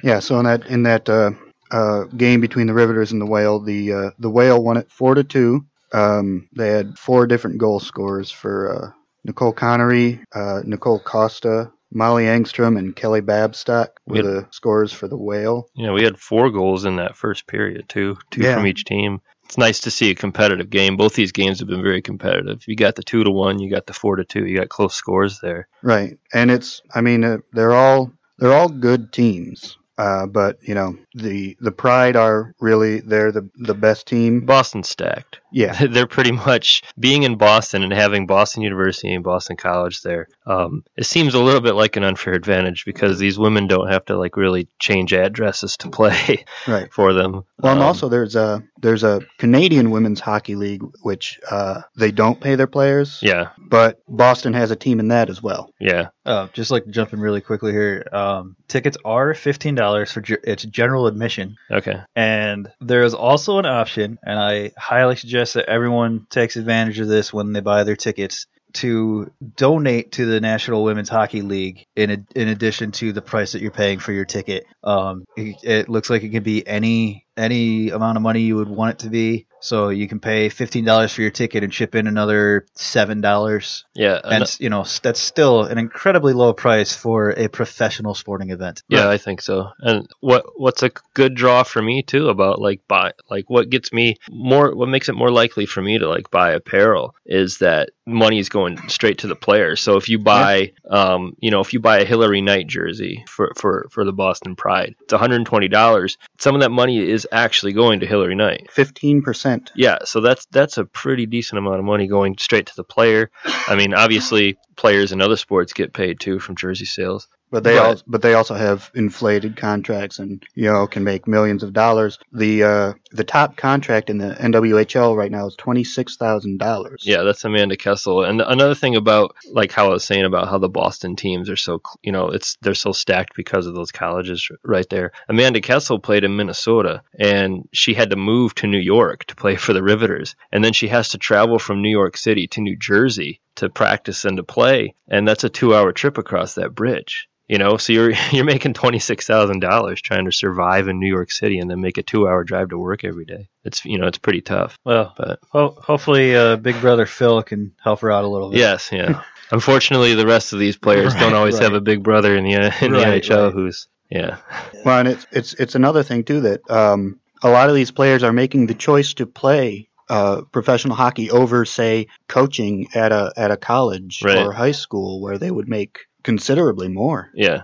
S2: Yeah, so in that in that uh, uh, game between the Riveters and the Whale, the uh, the Whale won it four to two. Um, they had four different goal scorers for uh, Nicole Connery, uh, Nicole Costa, Molly Angstrom, and Kelly Babstock were
S4: Yep.
S2: the scorers for the Whale.
S4: You know, we had four goals in that first period too, two
S2: Yeah.
S4: from each team. It's nice to see a competitive game. Both these games have been very competitive. You got the two to one, you got the four to two, you got close scores there.
S2: Right, and it's I mean uh, they're all they're all good teams. Uh, but you know the the Pride are really they're the the best team.
S4: Boston stacked.
S2: Yeah,
S4: they're pretty much being in Boston and having Boston University and Boston College there. Um, it seems a little bit like an unfair advantage because these women don't have to like really change addresses to play
S2: right.
S4: for them.
S2: Well, and
S4: Um,
S2: also there's a there's a Canadian women's hockey league which uh, they don't pay their players,
S4: yeah,
S2: but Boston has a team in that as well.
S4: yeah,
S3: Uh, just like jumping really quickly here, um, tickets are fifteen dollars for ge- it's general admission,
S4: okay,
S3: and there is also an option, and I highly suggest that everyone takes advantage of this when they buy their tickets to donate to the National Women's Hockey League in ad- in addition to the price that you're paying for your ticket. Um, it, it looks like it could be any any amount of money you would want it to be. So you can pay fifteen dollars for your ticket and chip in another seven dollars
S4: yeah,
S3: and
S4: and-
S3: s- you know s- that's still an incredibly low price for a professional sporting event.
S4: yeah. I think so. And what what's a good draw for me too about like buy like what gets me more what makes it more likely for me to like buy apparel is that money is going straight to the player. So if you buy, um, you know, if you buy a Hillary Knight jersey for for for the Boston Pride, it's one hundred and twenty dollars. Some of that money is actually going to Hillary Knight.
S2: Fifteen percent.
S4: Yeah, so that's that's a pretty decent amount of money going straight to the player. I mean, obviously, players in other sports get paid too from jersey sales.
S2: But they
S4: Right.
S2: also but they also have inflated contracts and you know can make millions of dollars. The uh, the top contract in the NWHL right now is twenty six thousand dollars.
S4: Yeah, that's Amanda Kessel. And another thing about like how I was saying about how the Boston teams are so cl- you know it's they're so stacked because of those colleges r- right there. Amanda Kessel played in Minnesota, and she had to move to New York to play for the Riveters, and then she has to travel from New York City to New Jersey to practice and to play, and that's a two-hour trip across that bridge. You know, so you're you're making twenty six thousand dollars trying to survive in New York City and then make a two hour drive to work every day. It's you know it's pretty tough.
S3: Well,
S4: But
S3: ho- hopefully, uh, Big Brother Phil can help her out a little bit.
S4: Yes, yeah. Unfortunately, the rest of these players don't
S3: Right,
S4: always have
S3: right.
S4: a big brother in the in
S3: Right,
S4: the NHL
S3: right.
S4: who's yeah.
S2: Well, and it's it's it's another thing too that um, a lot of these players are making the choice to play uh, professional hockey over, say, coaching at a at a college
S4: Right.
S2: or high school where they would make considerably more.
S4: Yeah.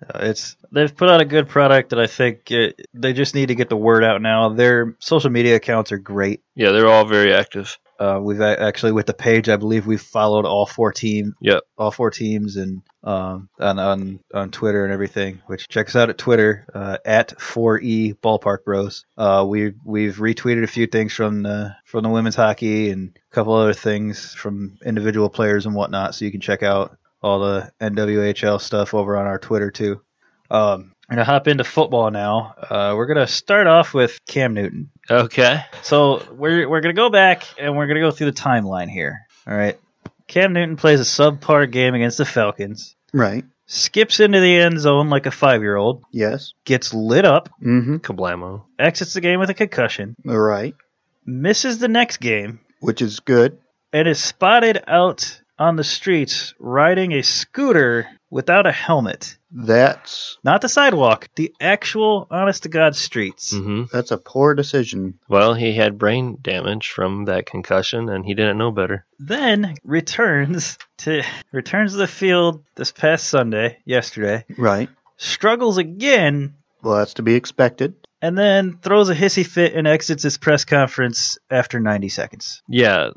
S3: Uh, it's they've put out a good product that I think uh they just need to get the word out now. Their social media accounts are great.
S4: Yeah, they're all very active.
S3: Uh, we've a- actually with the page, I believe we've followed all four team,
S4: Yep.
S3: all four teams, and um, on on on Twitter and everything. Which check us out at Twitter uh, at four E Ballpark Bros. Uh, we we've retweeted a few things from the from the women's hockey and a couple other things from individual players and whatnot. So you can check out all the NWHL stuff over on our Twitter too. Um, I'm gonna hop into football now. Uh, we're gonna start off with Cam Newton.
S4: Okay.
S3: So we're we're gonna go back and we're gonna go through the timeline here. All right. Cam Newton plays a subpar game against the Falcons,
S2: Right.
S3: skips into the end zone like a five year old,
S2: Yes.
S3: gets lit up,
S2: Mm-hmm.
S4: Kablamo.
S3: exits the game with a concussion,
S2: Right.
S3: misses the next game,
S2: Which is good.
S3: and is spotted out on the streets riding a scooter without a helmet.
S2: That's
S3: Not the sidewalk, the actual honest to God streets.
S4: hmm
S2: that's a poor decision.
S4: Well, he had brain damage from that concussion, and he didn't know better.
S3: Then returns to returns to the field this past Sunday, yesterday,
S2: Right.
S3: struggles again,
S2: Well, that's to be expected.
S3: and then throws a hissy fit and exits his press conference after 90 seconds.
S4: Yeah,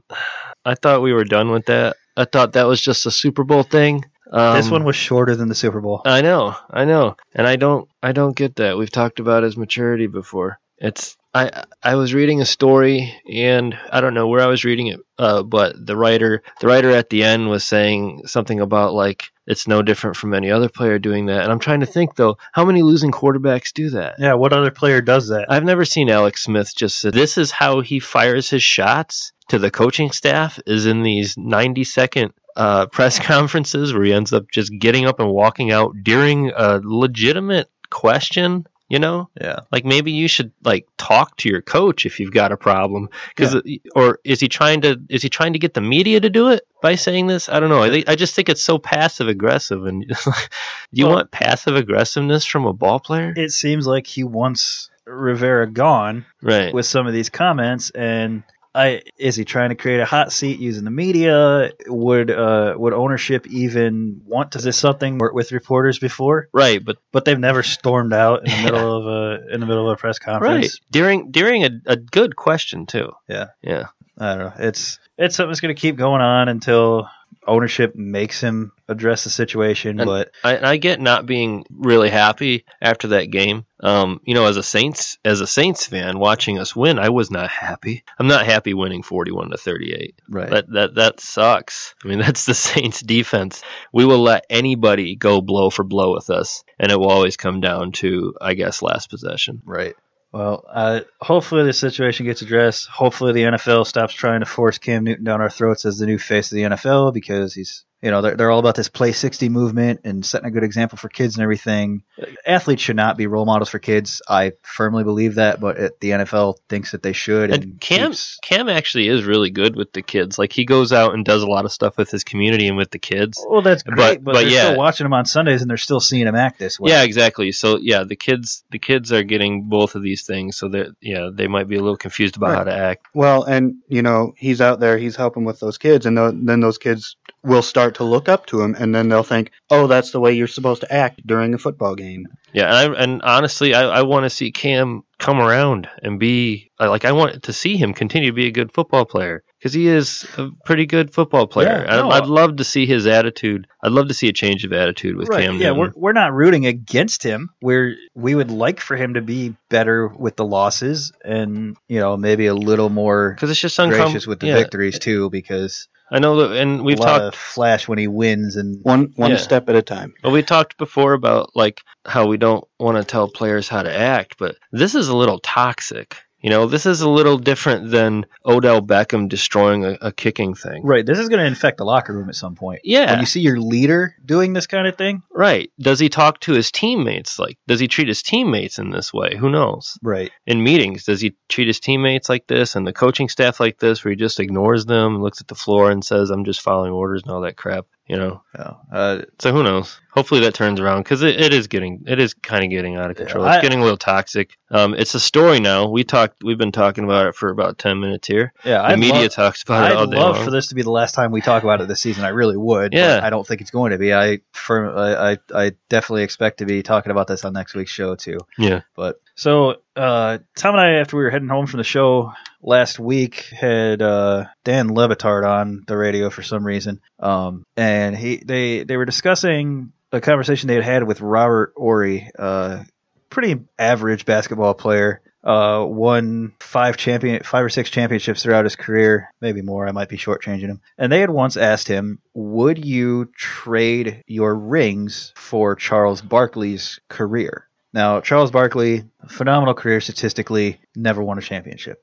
S4: I thought we were done with that. I thought that was just a Super Bowl thing. Um,
S3: this one was shorter than the Super Bowl.
S4: I know, I know, and I don't, I don't get that. We've talked about his maturity before. It's I I was reading a story and I don't know where I was reading it, uh, but the writer the writer at the end was saying something about like it's no different from any other player doing that. And I'm trying to think though, how many losing quarterbacks do that?
S3: Yeah, what other player does that?
S4: I've never seen Alex Smith just say, this is how he fires his shots to the coaching staff is in these 90 second uh, press conferences where he ends up just getting up and walking out during a legitimate question. You know,
S3: Yeah.
S4: like maybe you should like talk to your coach if you've got a problem, because or is he trying to is he trying to get the media to do it by saying this? I don't know. I think, I just think it's so passive aggressive, and you
S3: Well-
S4: want passive aggressiveness from a ball player,
S3: It seems like he wants Rivera gone
S4: right?
S3: with some of these comments and I is he trying to create a hot seat using the media? Would uh would ownership even want to do something with with reporters before?
S4: right, but
S3: But they've never stormed out in the
S4: Yeah.
S3: middle of a in the middle of a press conference.
S4: Right. During during a, a good question too.
S3: Yeah.
S4: Yeah.
S3: I don't know. It's it's something that's going to keep going on until ownership makes him address the situation.
S4: And-
S3: but
S4: I, I get not being really happy after that game. Um, you know, as a Saints as a Saints fan watching us win, I was not happy. I'm not happy winning 41 to 38.
S3: right,
S4: That that that sucks. I mean, that's the Saints defense. We will let anybody go blow for blow with us, and it will always come down to I guess last possession.
S3: right. Well, uh, hopefully this situation gets addressed. Hopefully the NFL stops trying to force Cam Newton down our throats as the new face of the NFL because he's you know they're, they're all about this play 60 movement and setting a good example for kids and everything athletes should not be role models for kids i firmly believe that but it, the nfl thinks that they should and,
S4: And Cam
S3: keeps-
S4: Cam actually is really good with the kids. Like he goes out and does a lot of stuff with his community and with the kids.
S3: well that's great but,
S4: but- but
S3: they're
S4: yeah.
S3: still watching him on sundays and they're still seeing him act this way
S4: Yeah, exactly. So yeah, the kids the kids are getting both of these things, so that yeah, they might be a little confused about how to act.
S2: Well, and you know he's out there, he's helping with those kids, and tho- then those kids will start to look up to him, and then they'll think, "Oh, that's the way you're supposed to act during a football game."
S4: Yeah, and, I, and honestly, I, I want to see Cam come around and be I- like I want to see him continue to be a good football player because he is a pretty good football player.
S3: Yeah, no, uh
S4: I'd, I'd love to see his attitude. I'd love to see a change of attitude with Cam.
S3: yeah,
S4: Newton.
S3: we're, we're not rooting against him. We're we would like for him to be better with the losses, and you know maybe a little more
S4: because it's just
S3: gracious with
S4: uncomfortable.
S3: the
S4: Yeah,
S3: victories too, because
S4: I know, that, and we've
S3: a lot
S4: talked
S3: of flash when he wins, and
S2: One one
S4: Yeah.
S2: step at a time.
S4: Well, we talked before about like how we don't want to tell players how to act, but this is a little toxic. You know, this is a little different than Odell Beckham destroying a, a kicking thing.
S3: right, this is going to infect the locker room at some point.
S4: Yeah,
S3: When you see your leader doing this kind of thing,
S4: right. Does he talk to his teammates like? Does he treat his teammates in this way? Who knows?
S3: right,
S4: In meetings, does he treat his teammates like this and the coaching staff like this, where he just ignores them, looks at the floor, and says, "I'm just following orders" and all that crap? You know.
S3: yeah. uh,
S4: So who knows? Hopefully that turns around because it, it is getting it is kind of getting out of control.
S3: Yeah, I-
S4: it's getting a little toxic. Um, it's a story now. We talked. We've been talking about it for about ten minutes here.
S3: yeah.
S4: The
S3: I'd
S4: media
S3: love-
S4: talks about it all
S3: I'd
S4: day
S3: love
S4: long.
S3: for this to be the last time we talk about it this season. I really would.
S4: Yeah.
S3: But I don't think it's going to be. I firm, I, I, I definitely expect to be talking about this on next week's show too.
S4: Yeah.
S3: But so uh, Tom and I, after we were heading home from the show last week, had uh, Dan Levitard on the radio for some reason, um, and he they they were discussing a conversation they had had with Robert Ory, uh, pretty average basketball player. Uh, won five champion, five or six championships throughout his career, maybe more. I might be shortchanging him. And they had once asked him, "Would you trade your rings for Charles Barkley's career?" Now, Charles Barkley, phenomenal career statistically, never won a championship.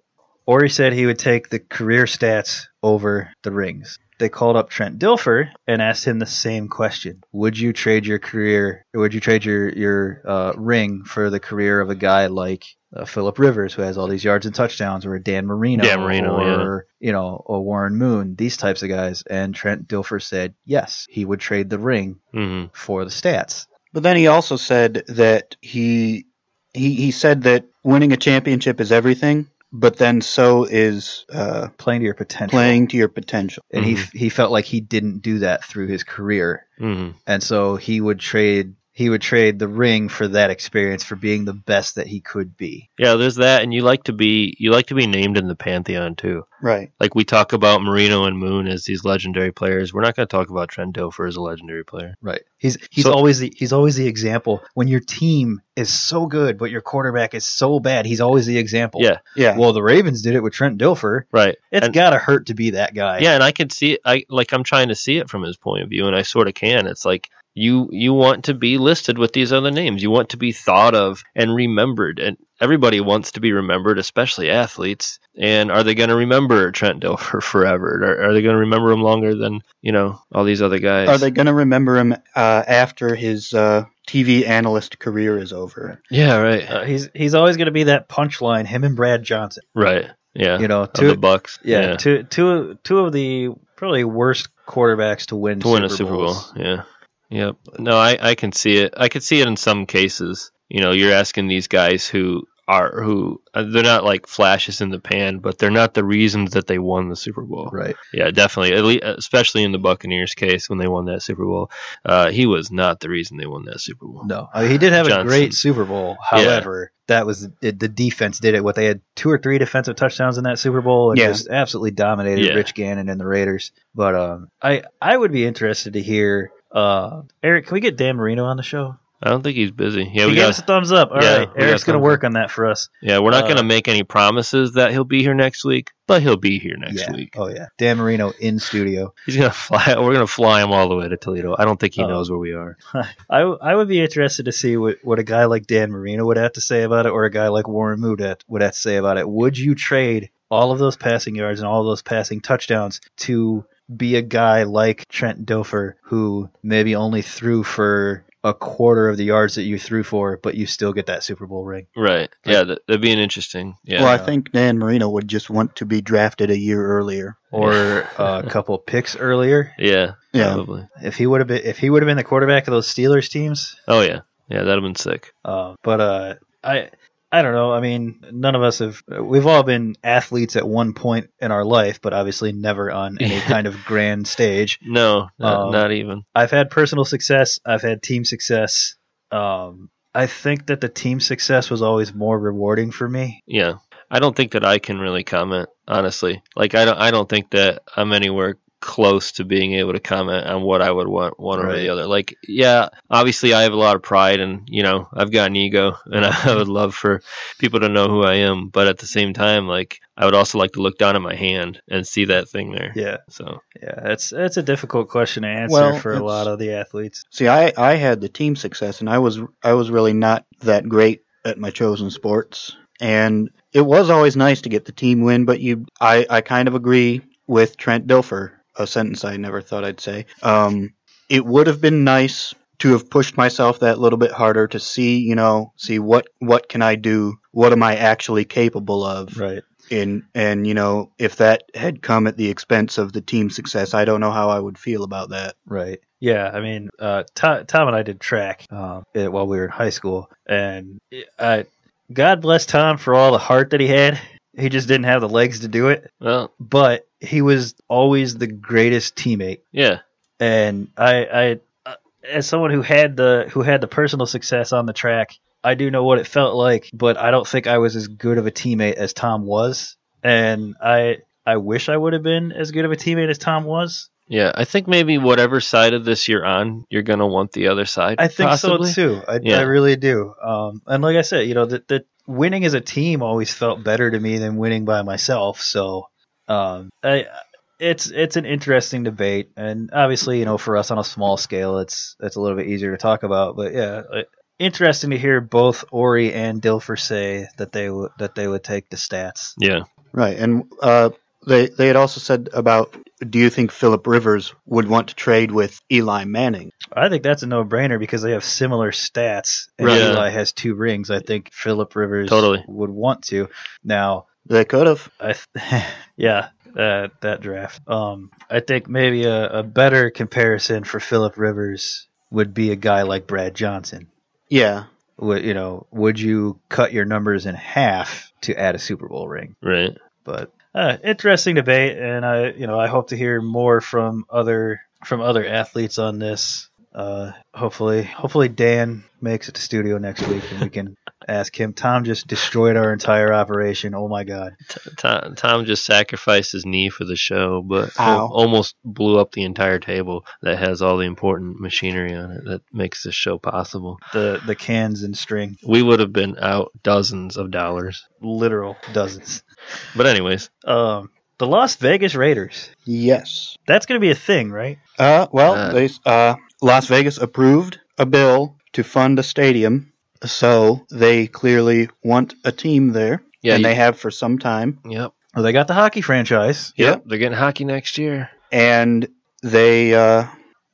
S3: Ori said he would take the career stats over the rings. They called up Trent Dilfer and asked him the same question: Would you trade your career? Would you trade your your uh, ring for the career of a guy like uh, Philip Rivers, who has all these yards and touchdowns, or a Dan Marino,
S4: Dan Marino,
S3: or you know, a Warren Moon, these types of guys? And Trent Dilfer said yes, he would trade the ring
S4: hmm
S3: for the stats.
S2: But then he also said that he he he said that winning a championship is everything, but then so is uh,
S3: Playing to your potential.
S2: playing to your potential.
S3: and
S4: Mm-hmm.
S3: he he felt like he didn't do that through his career,
S4: hmm
S3: and so he would trade. he would trade the ring for that experience for being the best that he could be.
S4: Yeah, there's that, and you like to be you like to be named in the pantheon too.
S2: Right.
S4: Like we talk about Marino and Moon as these legendary players. We're not going to talk about Trent Dilfer as a legendary player.
S3: Right. He's he's
S4: So-
S3: always the he's always the example when your team is so good but your quarterback is so bad. He's always the example.
S4: Yeah.
S2: Yeah.
S3: Well, the Ravens did it with Trent Dilfer.
S4: Right.
S3: It's
S4: And-
S3: gotta hurt to be that guy.
S4: yeah, and I can see it. I like I'm trying to see it from his point of view, and I sort of can. It's like you you want to be listed with these other names. You want to be thought of and remembered, and everybody wants to be remembered, especially athletes. And are they going to remember Trent Dilfer forever? Are, are they going to remember him longer than you know all these other guys?
S2: Are they going to remember him uh, after his uh, TV analyst career is over?
S4: Yeah. Right.
S3: Uh, he's he's always gonna be that punchline, him and Brad Johnson.
S4: right. Yeah.
S3: You know,
S4: of the
S3: two
S4: Bucks.
S3: yeah, two two two of the probably worst quarterbacks to win
S4: to win a
S3: Super
S4: Super Bowl.
S3: Bowls.
S4: Yeah, yep. No, I, I can see it. I can see it in some cases. You know, you're asking these guys who are who uh, they're not like flashes in the pan, but they're not the reasons that they won the Super Bowl.
S3: Right.
S4: Yeah, definitely. At least, especially in the Buccaneers case when they won that Super Bowl, uh, he was not the reason they won that Super Bowl.
S3: No, I mean, he did have
S4: Johnson.
S3: a great Super Bowl. However, that was it, the defense did it. What they had two or three defensive touchdowns in that Super Bowl and
S2: Yeah.
S3: just absolutely dominated
S4: Yeah.
S3: Rich Gannon and the Raiders. But um, I I would be interested to hear uh, Eric. Can we get Dan Marino on the show?
S4: I don't think he's busy.
S3: he
S4: Yeah, we
S3: gave
S4: got.
S3: us a thumbs up. All right,
S4: yeah, we got
S3: Eric's gonna
S4: thumbs
S3: work on that for us.
S4: Yeah, we're not
S3: uh,
S4: going to make any promises that he'll be here next week, but he'll be here next
S3: yeah.
S4: week.
S3: Oh yeah, Dan Marino in studio.
S4: He's going to fly. We're going to fly him all the way to Toledo. I don't think he
S3: Uh,
S4: knows where we are.
S3: I, I would be interested to see what, what a guy like Dan Marino would have to say about it, or a guy like Warren Mood at- would have to say about it. Would you trade all of those passing yards and all of those passing touchdowns to be a guy like Trent Dofer, who maybe only threw for a quarter of the yards that you threw for, but you still get that Super Bowl ring?
S4: Right. Yeah, that, that'd be an interesting. Yeah.
S2: Well, I think Dan Marino would just want to be drafted a year earlier.
S3: Or uh, a couple picks earlier.
S4: yeah.
S2: Yeah.
S4: Probably.
S3: If he would have been, if he would have been the quarterback of those Steelers teams,
S4: Oh yeah. Yeah, that'd have been sick.
S3: Uh, but uh, I I don't know. I mean, none of us have. We've all been athletes at one point in our life, but obviously never on any kind of grand stage.
S4: No, not,
S3: Um,
S4: not even.
S3: I've had personal success. I've had team success. Um, I think that the team success was always more rewarding for me.
S4: Yeah. I don't think that I can really comment honestly. Like I don't. I don't think that I'm anywhere close to being able to comment on what I would want one over
S3: Right.
S4: the other. Like yeah, obviously I have a lot of pride and you know I've got an ego and I would love for people to know who I am. But at the same time, like I would also like to look down at my hand and see that thing there.
S3: Yeah,
S4: So
S3: yeah. It's it's a difficult question to answer
S2: Well,
S3: for a
S2: it's-
S3: lot of the athletes.
S2: See, I, I had the team success, and I was I was really not that great at my chosen sports, and it was always nice to get the team win. But you, I, I kind of agree with Trent Dilfer, a sentence I never thought I'd say. Um, it would have been nice to have pushed myself that little bit harder to see, you know, see what what can I do, what am I actually capable of,
S3: Right.
S2: and and you know, if that had come at the expense of the team success, I don't know how I would feel about that.
S3: Right. Yeah. I mean, uh, Tom, Tom and I did track um, it- while we were in high school, and I, God bless Tom for all the heart that he had. He just didn't have the legs to do it,
S4: well,
S3: but he was always the greatest teammate.
S4: yeah,
S3: And I, I, uh, as someone who had the who had the personal success on the track, I do know what it felt like, but I don't think I was as good of a teammate as Tom was, and I. I wish I would have been as good of a teammate as Tom was.
S4: yeah. I think maybe whatever side of this you're on, you're gonna want the other side.
S3: I think
S4: possibly.
S3: so too. I,
S4: Yeah.
S3: I really do. Um, and like I said, you know, that that winning as a team always felt better to me than winning by myself. So um, I, it's it's an interesting debate, and obviously, you know, for us on a small scale, it's it's a little bit easier to talk about. But yeah, I- interesting to hear both Ori and Dilfer say that they w- that they would take the stats.
S4: Yeah.
S2: Right, and uh, they they had also said about do you think Philip Rivers would want to trade with Eli Manning?
S3: I think that's a no brainer because they have similar stats. And
S4: Right.
S3: Eli has two rings. I think Philip Rivers
S4: Totally.
S3: would want to. Now,
S2: They could have.
S3: I th- yeah, that that draft. Um, I think maybe a, a better comparison for Philip Rivers would be a guy like Brad Johnson.
S2: Yeah,
S3: Would you know? Would you cut your numbers in half to add a Super Bowl ring?
S4: Right.
S3: But uh, interesting debate, and I you know I hope to hear more from other from other athletes on this. Uh, hopefully, hopefully Dan makes it to studio next week and we can ask him. Tom just destroyed our entire operation. Oh my god.
S4: T- Tom, Tom just sacrificed his knee for the show, but
S1: Ow.
S4: al- almost blew up the entire table that has all the important machinery on it that makes this show possible.
S3: The the cans and string,
S4: We would have been out dozens of dollars.
S3: literal dozens.
S4: But anyways,
S3: Um, the Las Vegas Raiders.
S2: Yes.
S3: That's gonna be a thing, right?
S2: Uh, well,
S4: Uh.
S2: they uh, Las Vegas approved a bill to fund a stadium, so they clearly want a team there,
S4: yeah,
S2: and
S4: you-
S2: they have for some time.
S4: yep,
S3: Well, they got the hockey franchise.
S4: yep,
S2: Yep.
S4: they're getting hockey next year.
S2: And they uh,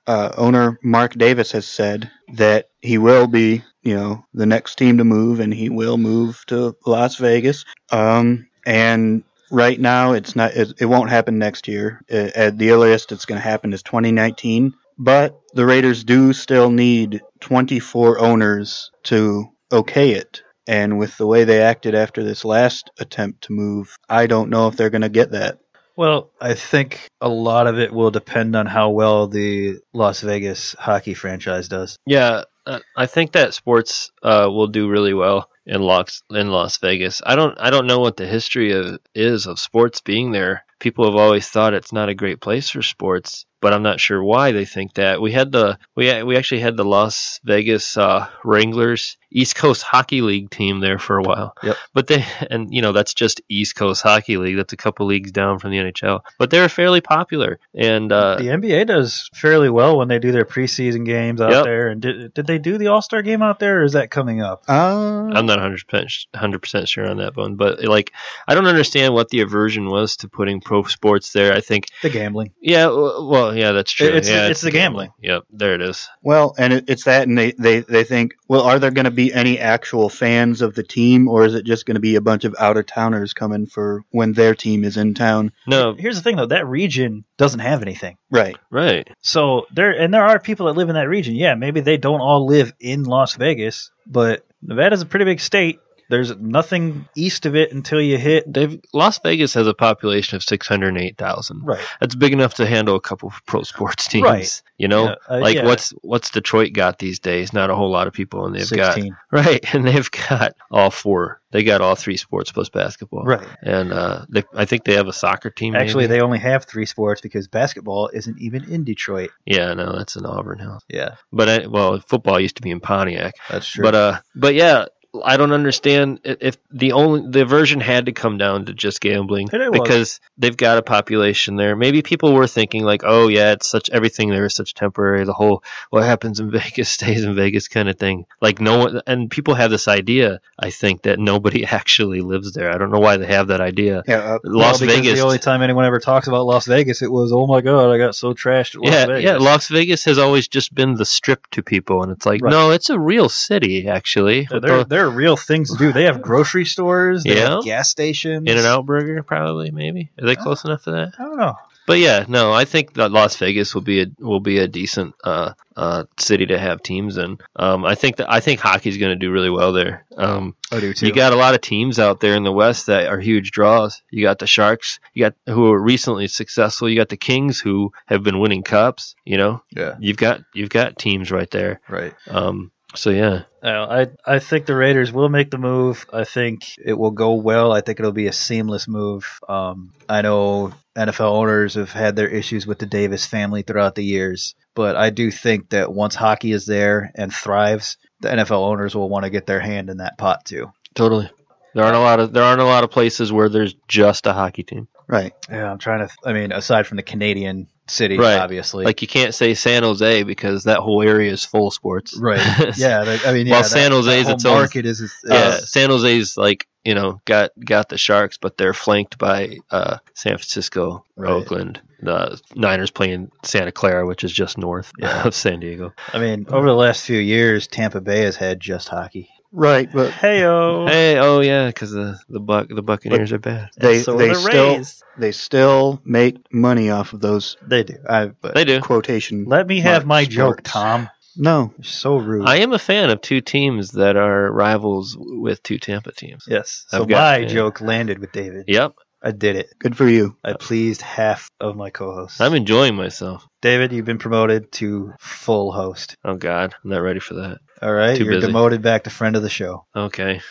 S2: uh, owner Mark Davis has said that he will be, you know, the next team to move, and he will move to Las Vegas. Um, and right now, it's not. It, it won't happen next year. Uh at the earliest, it's going to happen is 2019. But the Raiders do still need 24 owners to okay it. And with the way they acted after this last attempt to move, I don't know if they're going to get that.
S3: Well, I think a lot of it will depend on how well the Las Vegas hockey franchise does.
S4: Yeah, uh, I think that sports uh, will do really well in Las in Las Vegas. I don't I don't know what the history of is of sports being there. People have always thought it's not a great place for sports, but I'm not sure why they think that. We had the we we actually had the Las Vegas uh, Wranglers East Coast Hockey League team there for a while.
S3: Yep.
S4: But they and you know that's just East Coast Hockey League. That's a couple leagues down from the NHL. But they're fairly popular and uh,
S3: the NBA does fairly well when they do their preseason games out
S4: Yep.
S3: there. And did, did they do the All Star game out there, or is that coming up?
S2: Uh,
S4: I'm not 100% 100% sure on that one, but like I don't understand what the aversion was to putting pro sports there. I think
S3: The gambling.
S4: yeah, w- well, yeah, that's true.
S3: It's-
S4: yeah,
S3: it's the gambling.
S4: Yep, there it is.
S2: Well, and it, it's that, and they, they, they think, well, are there going to be any actual fans of the team, or is it just going to be a bunch of out of towners coming for when their team is in town?
S4: No,
S3: Here's the thing, though. That region doesn't have anything.
S2: Right.
S4: right.
S3: So there, and there are people that live in that region. Yeah, maybe they don't all live in Las Vegas, but Nevada's a pretty big state. There's nothing east of it until you hit.
S4: They've Las Vegas has a population of 608,000.
S3: Right.
S4: That's big enough to handle a couple of pro sports teams,
S3: Right.
S4: you know?
S3: Yeah, uh,
S4: like
S3: yeah.
S4: what's what's Detroit got these days? Not a whole lot of people and they've got
S3: 16.
S4: right, and they've got all four. They got all three sports plus basketball.
S3: Right.
S4: And uh, they, I think they have a soccer team.
S3: Actually,
S4: maybe.
S3: they only have three sports because basketball isn't even in Detroit.
S4: Yeah, no, that's in Auburn House.
S3: Yeah,
S4: But I, well, football used to be in Pontiac.
S3: that's true.
S4: But uh, but yeah, I don't understand i- if the only the version had to come down to just gambling
S3: And it was.
S4: because they've got a population there. Maybe people were thinking like, oh yeah, it's such everything there is such temporary. The whole what happens in Vegas stays in Vegas kind of thing. Like no one and people have this idea. I think that nobody actually lives there. I don't know why they have that idea.
S2: Yeah. Uh,
S4: Las
S3: Well, because
S4: Vegas.
S3: The only time anyone ever talks about Las Vegas, it was oh my god, I got so trashed at Las
S4: yeah,
S3: Vegas.
S4: yeah. Las Vegas has always just been the strip to people, and it's like,
S3: Right.
S4: no, it's a real city actually.
S3: So there, there are real things to do. They have grocery stores, they
S4: Yeah.
S3: have gas stations.
S4: In and Out Burger, probably, maybe. Are they close enough to that?
S3: I don't know.
S4: But yeah, no, I think that Las Vegas will be a will be a decent uh, uh, city to have teams in. Um, I think that I think hockey's going to do really well there. Um,
S3: I do too.
S4: you got a lot of teams out there in the West that are huge draws. You got the Sharks, you got who are recently successful. You got the Kings who have been winning cups. You know,
S3: yeah,
S4: you've got you've got teams right there.
S3: right.
S4: Um, so yeah,
S3: I Uh, I think the Raiders will make the move. I think it will go well. I think it'll be a seamless move. Um, I know NFL owners have had their issues with the Davis family throughout the years, but I do think that once hockey is there and thrives, the NFL owners will want to get their hand in that pot too.
S4: totally. There aren't a lot of there aren't a lot of places where there's just a hockey team.
S2: right.
S3: Yeah, I'm trying to. Th- I mean, aside from the Canadian city,
S4: Right.
S3: obviously.
S4: Like you can't say San Jose because that whole area is full of sports.
S3: right. Yeah. They, I mean, yeah,
S4: While
S3: that-
S4: San
S3: that
S4: Jose's
S3: whole
S4: its own-
S3: market is, uh, is
S4: Yeah, San Jose's like you know got got the Sharks, but they're flanked by uh, San Francisco,
S3: Right.
S4: Oakland. The Niners playing Santa Clara, which is just north
S3: Yeah.
S4: of San Diego.
S3: I mean, over the last few years, Tampa Bay has had just hockey.
S2: Right. But
S3: Heyo.
S4: Hey, oh yeah, because the the buck the Buccaneers are bad.
S2: they
S3: so are
S2: they
S3: the
S2: still
S3: Rays.
S2: they still make money off of those
S3: They do. I, but
S4: They do.
S2: quotation.
S3: let me have my
S2: Mark
S3: joke,
S2: Sports.
S3: Tom.
S2: no.
S3: You're so rude.
S4: I am a fan of two teams that are rivals with two Tampa teams.
S3: yes. So
S4: I've got-
S3: my
S4: yeah.
S3: joke landed with David.
S4: Yep.
S3: I did it.
S2: Good for you.
S3: I pleased half of my co-hosts.
S4: I'm enjoying myself.
S3: David, you've been promoted to full host.
S4: Oh God, I'm not ready for that.
S3: All right,
S4: Too
S3: you're
S4: busy.
S3: demoted back to friend of the show.
S4: Okay.